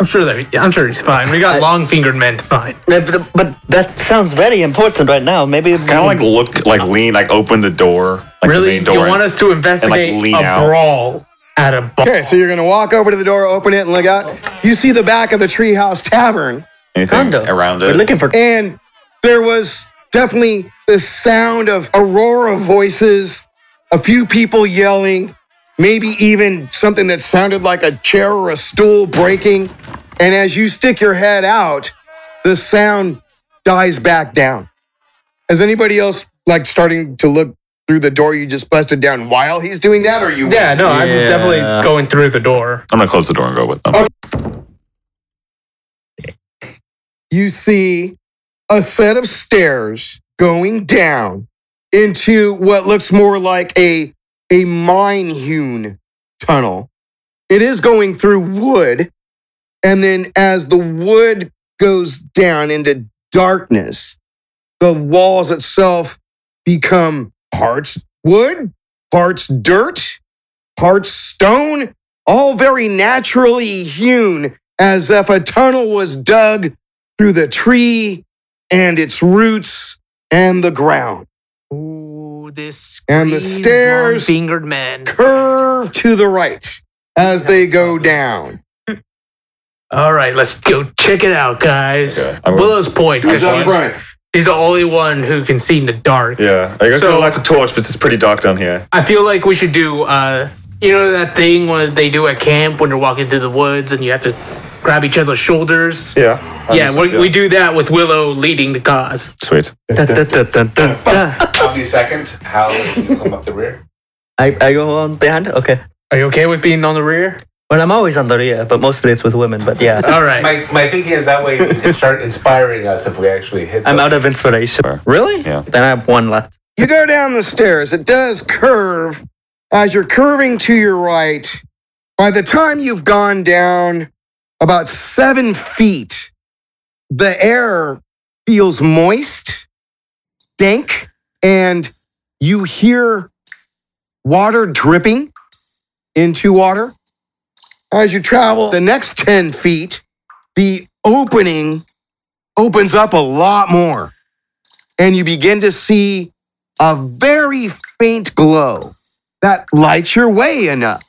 I: I'm sure that I'm sure he's fine. We got long fingered men to find.
B: Uh, But, but that sounds very important right now. Maybe we
D: Kind
B: can-
D: of like look, like lean, like open the door. Like the
I: really,
D: main
I: you
D: door
I: want us to investigate
D: lean
I: a
D: out.
I: brawl at a bar?
G: Okay, so you're gonna walk over to the door, open it, and look out. You see the back of the treehouse tavern.
D: anything
B: condo.
D: around
B: We're
D: it.
B: looking for.
G: and there was definitely the sound of a roar of voices, a few people yelling, maybe even something that sounded like a chair or a stool breaking. And as you stick your head out, the sound dies back down. Is anybody else like starting to look through the door you just busted down while he's doing that, or you?
I: Yeah, no, I'm
B: Yeah.
I: definitely going through the door.
D: I'm gonna close the door and go with them.
G: you see a set of stairs going down into what looks more like a a mine hewn tunnel. It is going through wood, And then as the wood goes down into darkness, the walls itself become parts wood, parts dirt, parts stone, all very naturally hewn as if a tunnel was dug through the tree and its roots and the ground.
I: Ooh, this
G: And the stairs
I: fingered man.
G: curve to the right as they go down.
I: All right, let's go check it out, guys.
L: I'm-
I: Willow's point.
L: Who's
I: 'cause
L: up
I: he's-
L: front?
I: He's the only one who can see in the dark.
L: Yeah. I guess
I: So-
L: so, light a torch, but it's pretty dark down here.
I: I feel like we should do, uh, you know, that thing when they do at camp when you're walking through the woods and you have to grab each other's shoulders.
L: Yeah. I
I: yeah,
L: just-
I: we, we do that with Willow leading the cause.
L: Sweet.
F: I'll be second. Hal, you come up the rear.
B: I, I go on behind? Okay.
I: Are you okay with being on the rear?
B: Well, I'm always on the rear, but mostly it's with women, but yeah.
F: My, my thinking is that way you can start inspiring us if we actually hit.
B: I'm out of inspiration. Really?
L: Yeah.
B: Then I have one left.
G: You go down the stairs, it does curve. As you're curving to your right, by the time you've gone down about seven feet, the air feels moist, dank, and you hear water dripping into water. As you travel the next 10 feet, the opening opens up a lot more, and you begin to see a very faint glow that lights your way enough.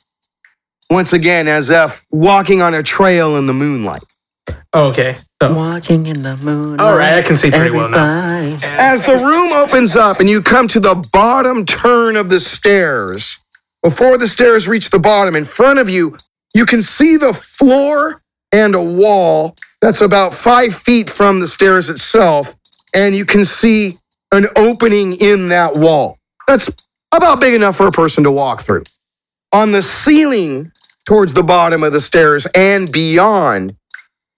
G: Once again, as if walking on a trail in the moonlight.
I: Oh, Okay.
B: Walking in the moon.
I: All right, I can see pretty well now.
G: As the room opens up and you come to the bottom turn of the stairs, before the stairs reach the bottom, in front of you, you can see the floor and a wall that's about five feet from the stairs itself, and you can see an opening in that wall that's about big enough for a person to walk through. On the ceiling, towards the bottom of the stairs and beyond,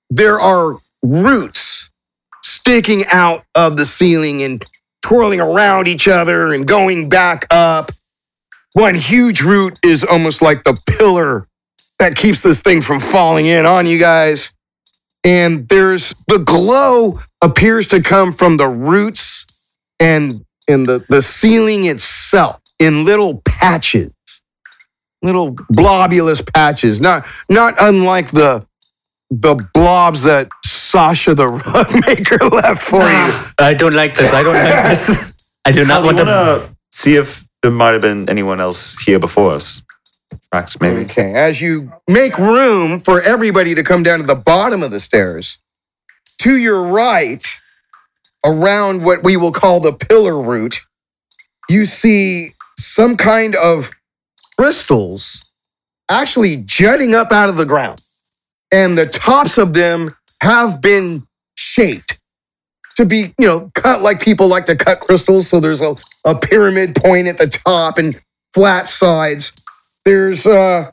G: there are roots sticking out of the ceiling and twirling around each other and going back up. One huge root is almost like the pillar that keeps this thing from falling in on you guys. And there's the glow appears to come from the roots and and the, the ceiling itself in little patches. Little globulous patches. Not not unlike the the blobs that Sasha the rug maker left for you.
B: I don't like this. I don't like this. I do not
D: I
B: want
D: want
B: to.
D: to see if there might have been anyone else here before us. Tracks, maybe.
G: Okay, as you make room for everybody to come down to the bottom of the stairs, to your right, around what we will call the pillar root, you see some kind of crystals actually jutting up out of the ground. And the tops of them have been shaped to be, you know, cut like people like to cut crystals. So there's a, a pyramid point at the top and flat sides. There's uh,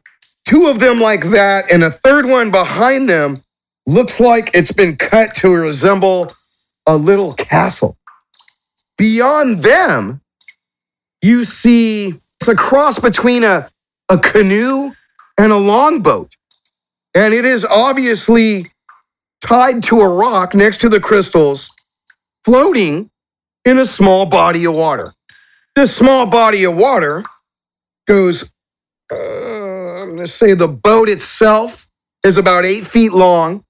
G: two of them like that, and a third one behind them looks like it's been cut to resemble a little castle. Beyond them, you see it's a cross between a, a canoe and a longboat. And it is obviously tied to a rock next to the crystals, floating in a small body of water. This small body of water goes, uh, I'm going to say the boat itself is about eight feet long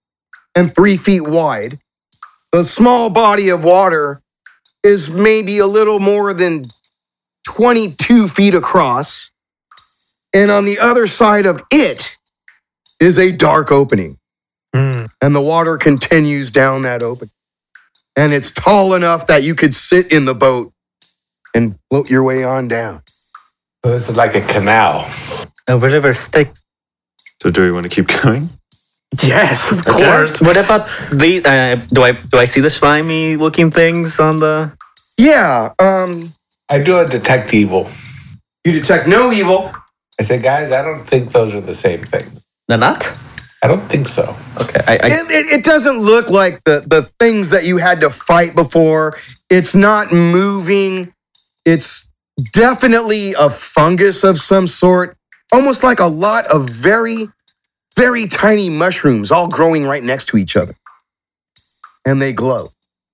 G: and three feet wide. The small body of water is maybe a little more than 22 feet across. And on the other side of it is a dark opening.
I: Hmm.
G: And the water continues down that opening. And it's tall enough that you could sit in the boat and float your way on down.
F: So this is like a canal.
B: A river stick.
D: So, do we want to keep going?
I: Yes, of course.
B: What about the? Uh, do I do I see the slimy looking things on the?
G: Yeah. Um,
F: I do a detect evil.
G: You detect no evil.
F: I say, guys, I don't think those are the same thing.
B: They're not.
F: I don't think so.
B: Okay. I, I,
G: it, it, it doesn't look like the, the things that you had to fight before. It's not moving. It's definitely a fungus of some sort, almost like a lot of very very tiny mushrooms all growing right next to each other. And they glow.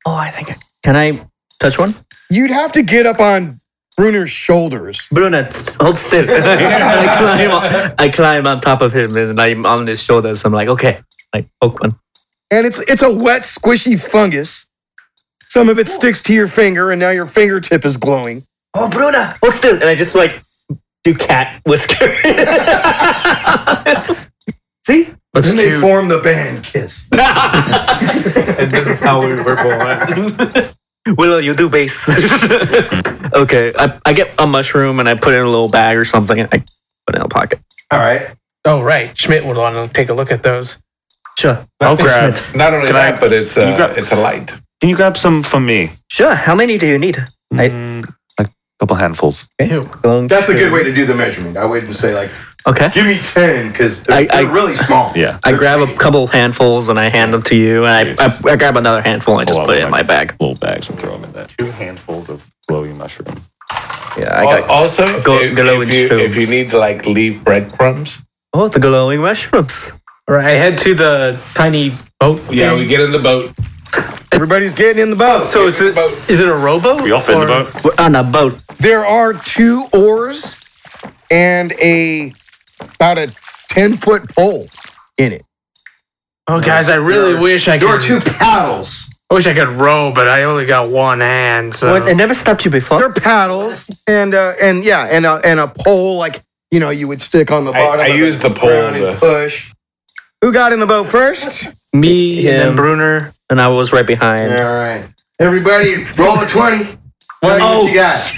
B: Oh, I think I Can I touch one?
G: You'd have to get up on Bruner's shoulders.
B: Bruner, hold still. I, climb on, I climb on top of him and I'm on his shoulders. I'm like, okay, like poke one.
G: And it's it's a wet, squishy fungus. Some of it sticks to your finger, and now your fingertip is glowing.
B: Oh, Bruna, hold still. And I just like do cat whisker. See?
G: Looks and they form the band Kiss.
B: and this is how we were born. Willow, you do bass. okay, I, I get a mushroom and I put it in a little bag or something and I put it in a pocket.
G: All right.
I: Oh, right. Schmidt would want to take a look at those.
B: Sure.
F: I'll grab. Not only that, but it's
D: Can you
F: uh,
D: grab-
F: it's a light.
D: Can you grab some from me?
B: Sure. How many do you need?
D: Mm, a couple handfuls.
G: That's a good way to do the measurement. I wouldn't say like,
B: Okay.
G: give me ten because they're,
B: I- I-
G: they're really small.
D: Yeah.
B: I grab a couple handfuls and I hand them to you, and I, I, I grab another handful and Oh, I just
D: Pull
B: put
D: out
B: it in my bag.
D: Little bags and throw them in there. Two handfuls of glowing mushroom.
B: Yeah, I
F: Al-
B: got
F: also,
B: Go-
F: if,
B: glowing
F: if, you, if
B: shrooms.
F: you need to like leave breadcrumbs,
B: oh the glowing mushrooms.
I: All right, I head to the tiny boat.
F: yeah,
I: thing.
F: we get in the boat.
G: Everybody's getting in the boat.
F: Oh,
I: So it's a Is it a rowboat?
D: We all fit in the
I: Or-
D: boat.
B: We're on a boat.
G: There are two oars and a about a ten foot pole in it.
I: Oh, guys, I really wish I
G: There are
I: could.
G: two paddles.
I: I wish I could row, but I only got one hand. So
B: What? I never stopped you
G: They're
B: before.
G: paddles and uh, and yeah and a, and a pole like you know you would stick on the
F: I-
G: bottom.
F: I
G: of
F: used the pole
G: ground and
F: to-
G: push. Who got in the boat first?
I: me and
B: Him.
I: then Bruner.
B: And I was right behind.
G: All right, everybody, roll a twenty. Tell me
B: Oh.
G: what you got?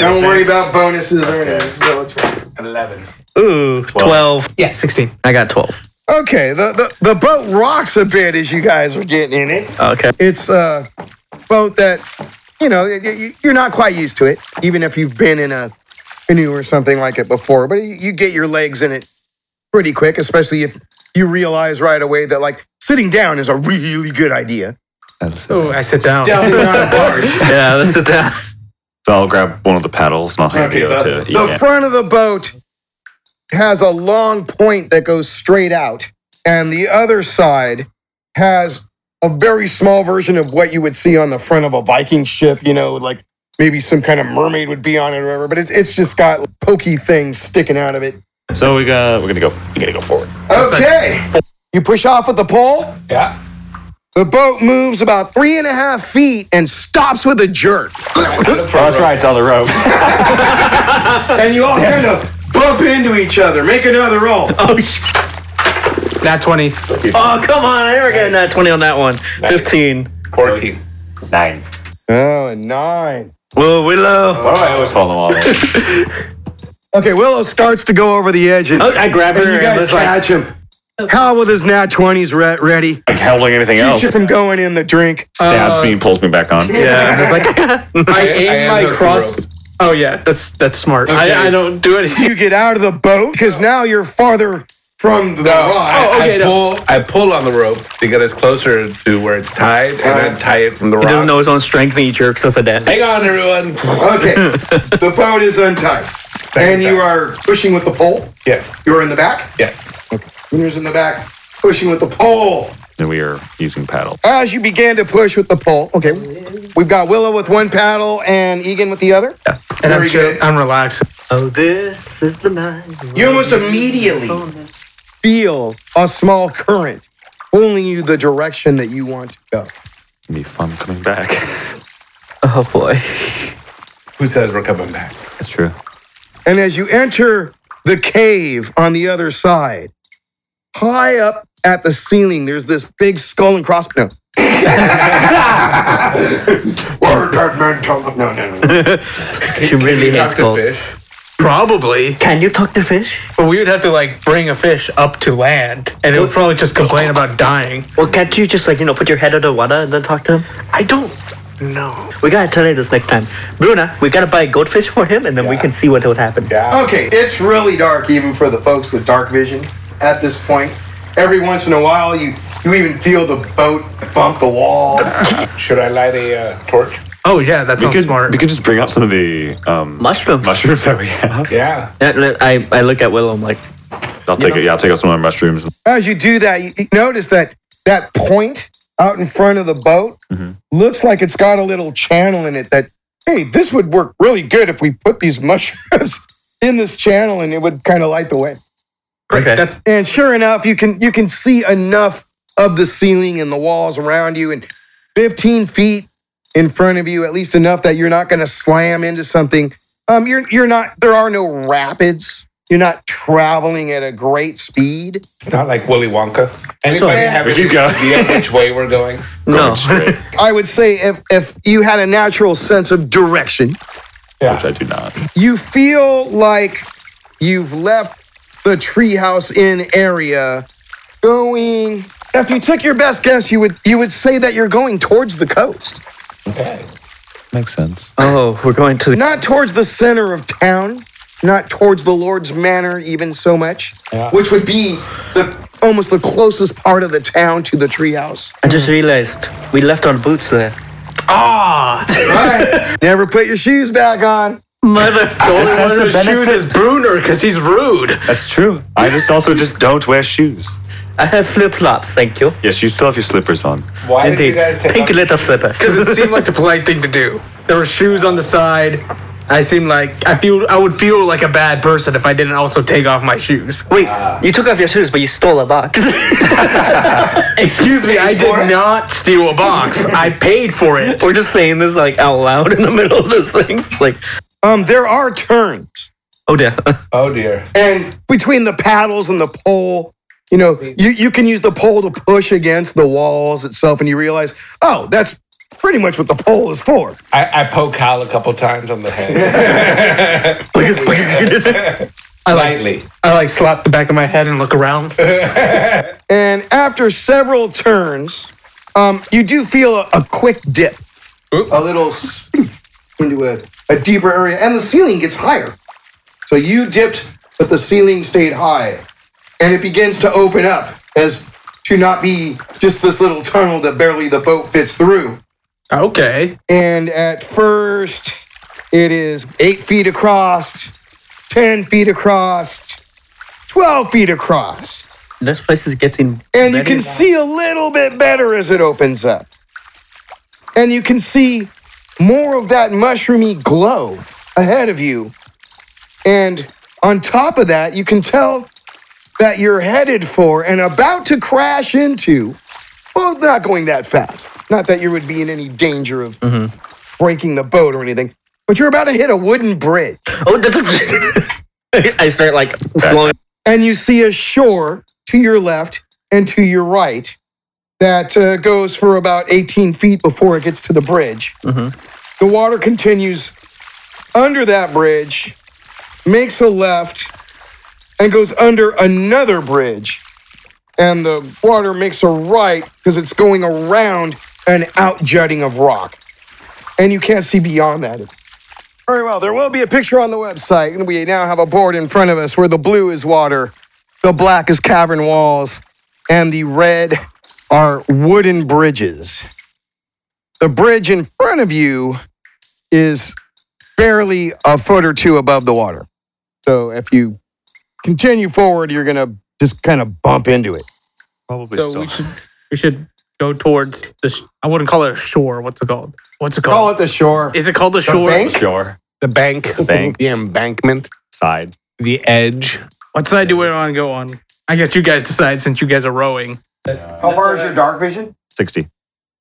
G: Don't worry about bonuses or anything. Just roll a 20.
B: Ooh, 12.
I: Yeah, sixteen.
B: I got 12.
G: Okay, the, the, the boat rocks a bit as you guys are getting in it.
B: Okay.
G: It's a boat that, you know, y- y- you're not quite used to it, even if you've been in a canoe or something like it before. But you- you get your legs in it pretty quick, especially if you realize right away that, like, sitting down is a really good idea.
I: Oh, I sit down.
G: Definitely not a barge.
B: Yeah, let's sit down.
D: So I'll grab one of the paddles and I'll hand
G: Okay,
D: it
G: the,
D: over to
G: the
D: Ian.
G: front of the boat has a long point that goes straight out, and the other side has a very small version of what you would see on the front of a Viking ship, you know, like maybe some kind of mermaid would be on it or whatever, but it's, it's just got pokey things sticking out of it.
D: So we got we're gonna go we gotta go forward.
G: Okay. You push off with the pole.
F: Yeah.
G: The boat moves about three and a half feet and stops with a jerk.
D: Oh, that's right, it's on the rope.
G: And you all kind of bump into each other. Make another roll.
B: Oh, sh-
I: Nat twenty.
B: oh come on. I never got that 20 on that one. 15.
F: 14.
D: Nine.
G: Oh, a nine.
B: Whoa, Willow.
D: Why do I always follow all that?
G: Okay, Willow starts to go over the edge, and,
B: Oh, I grab her.
G: and you
B: and
G: guys
B: was like,
G: catch him. Hal with his nat twenties re- ready,
D: Like handling anything else.
G: keeps you from going in the drink.
D: Stabs me and pulls me back on.
B: Uh, yeah. I'm just like,
I: I
F: I
I: aim
F: am
I: my
F: hooked,
I: cross. Oh yeah, that's that's smart. I, I don't do anything.
G: You get out of the boat because now you're farther from the
F: No,
G: rod.
F: I,
I: Oh, okay,
F: I
I: no.
F: pull. I pull on the rope to get us closer to where it's tied, and then tie it from the rock.
B: he doesn't know his own strength and he jerks us a death.
F: Uh, Hang on, everyone.
G: Okay, the boat is untied, and you are pushing with the pole.
F: Yes.
G: You're in the back.
F: Yes.
G: Winner's in the back, pushing with the pole.
D: And we are using paddle.
G: As you began to push with the pole, okay, we've got Willow with one paddle and Egan with the other.
I: And I'm
G: Very
I: chill-
G: good.
I: I'm relaxed.
B: Oh, this is the night.
G: You almost immediately feel a small current pulling you the direction that you want to go.
D: It'll be fun coming back.
B: Oh, boy.
F: Who says we're coming back?
D: That's true.
G: And as you enter the cave on the other side, high up at the ceiling, there's this big skull and crossbones. No, no, no, no.
B: She really
F: you
B: hates
F: talk to
B: cults.
F: fish?
I: Probably,
B: Can you talk to fish?
I: but we would have to like bring a fish up to land, and it would probably just complain about dying.
B: Well, can't you just like you know put your head under water and then talk to him?
I: I don't know.
B: We gotta tell you this next time, Bruna. We gotta buy goldfish for him, and then we can see what would happen. Yeah.
G: Okay, it's really dark even for the folks with dark vision at this point. Every once in a while, you, you even feel the boat bump the wall.
F: Should I light a uh, torch?
I: Oh yeah, that
D: We
I: sounds
D: could,
I: smart.
D: we could just bring out some of the um,
B: Mushrooms.
D: mushrooms that we have.
F: Yeah.
B: I, I look at Willow. I'm like,
D: I'll take it. Yeah, I'll take out some of my mushrooms.
G: As you do that, you you notice that that point out in front of the boat looks like it's got a little channel in it that, hey, this would work really good if we put these mushrooms in this channel and it would kind of light the way.
I: Great. That's
G: And sure enough, you can you can see enough of the ceiling and the walls around you and 15 feet in front of you, at least enough that you're not gonna slam into something. Um, you're you're not there are no rapids. You're not traveling at a great speed.
F: It's not like Willy Wonka. Anybody have
D: We
F: any
D: keep going.
F: idea which way we're going?
B: No.
G: I would say if if you had a natural sense of direction,
D: Which I do not.
G: you feel like you've left the treehouse in area going if you took your best guess you would you would say that you're going towards the coast
D: Makes sense.
B: Oh, we're going to.
G: not towards the center of town not towards the lord's manor even so much which would be the almost the closest part of the town to the treehouse
B: I just realized we left our boots there.
I: Ah!
G: never put your shoes back on
I: Motherfucker. One of those shoes is Bruner because he's rude.
D: That's true. I just also just don't wear shoes.
B: I have flip flops, thank you.
D: Yes, you still have your slippers on.
F: Why did you
B: Indeed.
F: guys take
B: Pink
F: off-
B: little slippers.
I: Because it seemed like the polite thing to do. There were shoes on the side. I seemed like I feel I would feel like a bad person if I didn't also take off my shoes.
B: Wait,
F: Ah.
B: you took off your shoes, but you stole a box.
I: Excuse me, I did not steal a box. I paid for it.
B: We're just saying this like out loud in the middle of this thing. It's like,
G: um there are turns
B: oh dear.
F: Oh dear.
G: and between the paddles and the pole you know you, you can use the pole to push against the walls itself and you realize oh that's pretty much what the pole is for
F: I, I poke Hal a couple times on the head.
I: I like
F: Lightly.
I: I like slap the back of my head and look around.
G: and after several turns um, you do feel a, a quick dip a little s- into a, a deeper area and the ceiling gets higher so you dipped but the ceiling stayed high and it begins to open up as to not be just this little tunnel that barely the boat fits through
I: Okay.
G: And at first, it is eight feet across, 10 feet across, 12 feet across.
B: This place is getting.
G: And you
B: very
G: can
B: loud.
G: see a little bit better as it opens up. And you can see more of that mushroomy glow ahead of you. And on top of that, you can tell that you're headed for and about to crash into, well, not going that fast. Not that you would be in any danger of breaking the boat or anything, but you're about to hit a wooden bridge.
B: Oh, that's. I start like slowing.
G: and you see a shore to your left and to your right that uh, goes for about 18 feet before it gets to the bridge. The water continues under that bridge, makes a left, and goes under another bridge. And the water makes a right because it's going around an out jutting of rock. And you can't see beyond that. Very well. There will be a picture on the website, and we now have a board in front of us where the blue is water, the black is cavern walls, and the red are wooden bridges. The bridge in front of you is barely a foot or two above the water. So if you continue forward, you're going to just kind of bump into it.
D: Probably
I: So
D: still.
I: we should we should go towards the. Sh- I wouldn't call it a shore. What's it called? What's it
G: Call
I: called?
G: it the shore.
I: Is it called the shore?
G: bank?
D: Sure.
F: The bank. The
D: bank.
F: The embankment.
D: Side.
F: The edge.
I: What side do we want to go on? I guess you guys decide since you guys are rowing.
G: How far is your dark vision?
D: 60.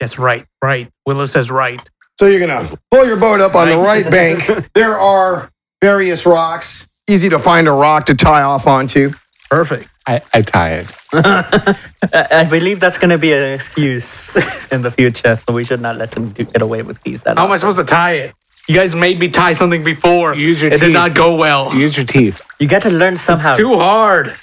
I: Yes, right, right. Willow says right.
G: So you're gonna pull your boat up on the right bank. There are various rocks. Easy to find a rock to tie off onto.
I: Perfect.
F: I, I tie it.
B: I I believe that's going to be an excuse in the future, so we should not let them do, get away with these. That
I: How am I supposed to tie it? You guys made me tie something before.
F: Use your
I: it did
F: teeth.
I: not go well.
F: Use your teeth.
B: you got to learn somehow.
I: It's too hard.
B: you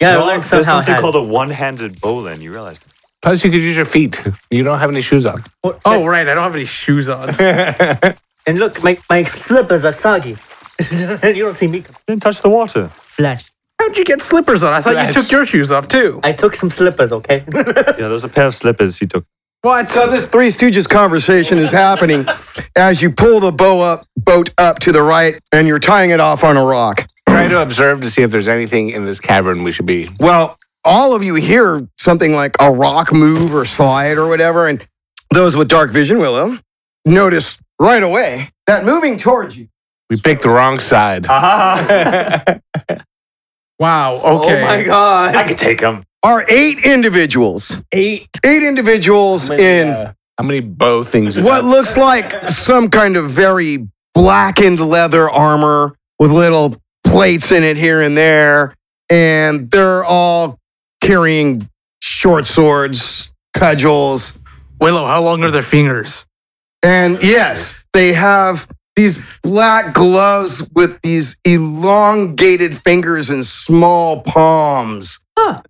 B: got to
D: Well,
B: learn
D: there's
B: somehow.
D: something
B: Had.
D: called a one-handed bowline. You realize that.
F: Plus, you could use your feet. You don't have any shoes on.
I: Oh, right. I don't have any shoes on.
B: and look, my, my slippers are soggy. you don't see me
D: Didn't touch the water.
B: flash.
I: How'd you get slippers on? I thought you took your shoes off too.
B: I took some slippers, okay?
D: Yeah, there's a pair of slippers he took.
I: What?
G: So this Three Stooges conversation is happening as you pull the bow up, boat up to the right, and you're tying it off on a rock.
F: try to observe to see if there's anything in this cavern we should be.
G: Well, all of you hear something like a rock move or slide or whatever, and those with dark vision, Willow, notice right away that moving towards you.
F: We picked the wrong side.
G: Uh-huh.
I: wow. Okay.
B: Oh my god.
D: I could take him.
G: Are eight individuals. Eight. Eight individuals
F: Oh
G: in
F: How many bow things?
G: what looks like some kind of very blackened leather armor with little plates in it here and there. And they're all carrying short swords, cudgels.
I: Willow, how long are their fingers?
G: And yes, they have these black gloves with these elongated fingers and small palms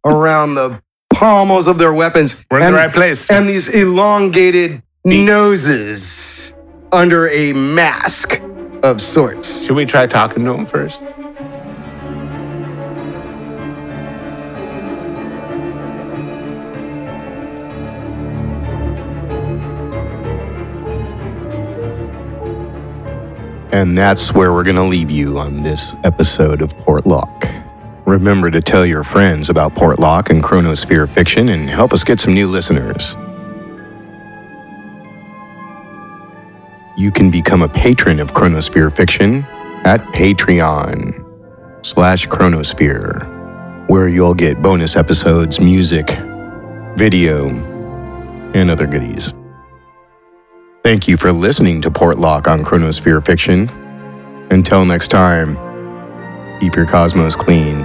G: around the pommels of their weapons.
F: We're in
G: And-
F: the right place.
G: and these elongated noses under a mask of sorts.
F: Should we try talking to him first?
G: And that's where we're going to leave you on this episode of Portlock. Remember to tell your friends about Portlock and Chronosphere Fiction and help us get some new listeners. You can become a patron of Chronosphere Fiction at Patreon slash Chronosphere, where you'll get bonus episodes, music, video, and other goodies. Thank you for listening to Portlock on Chronosphere Fiction. Until next time, keep your cosmos clean.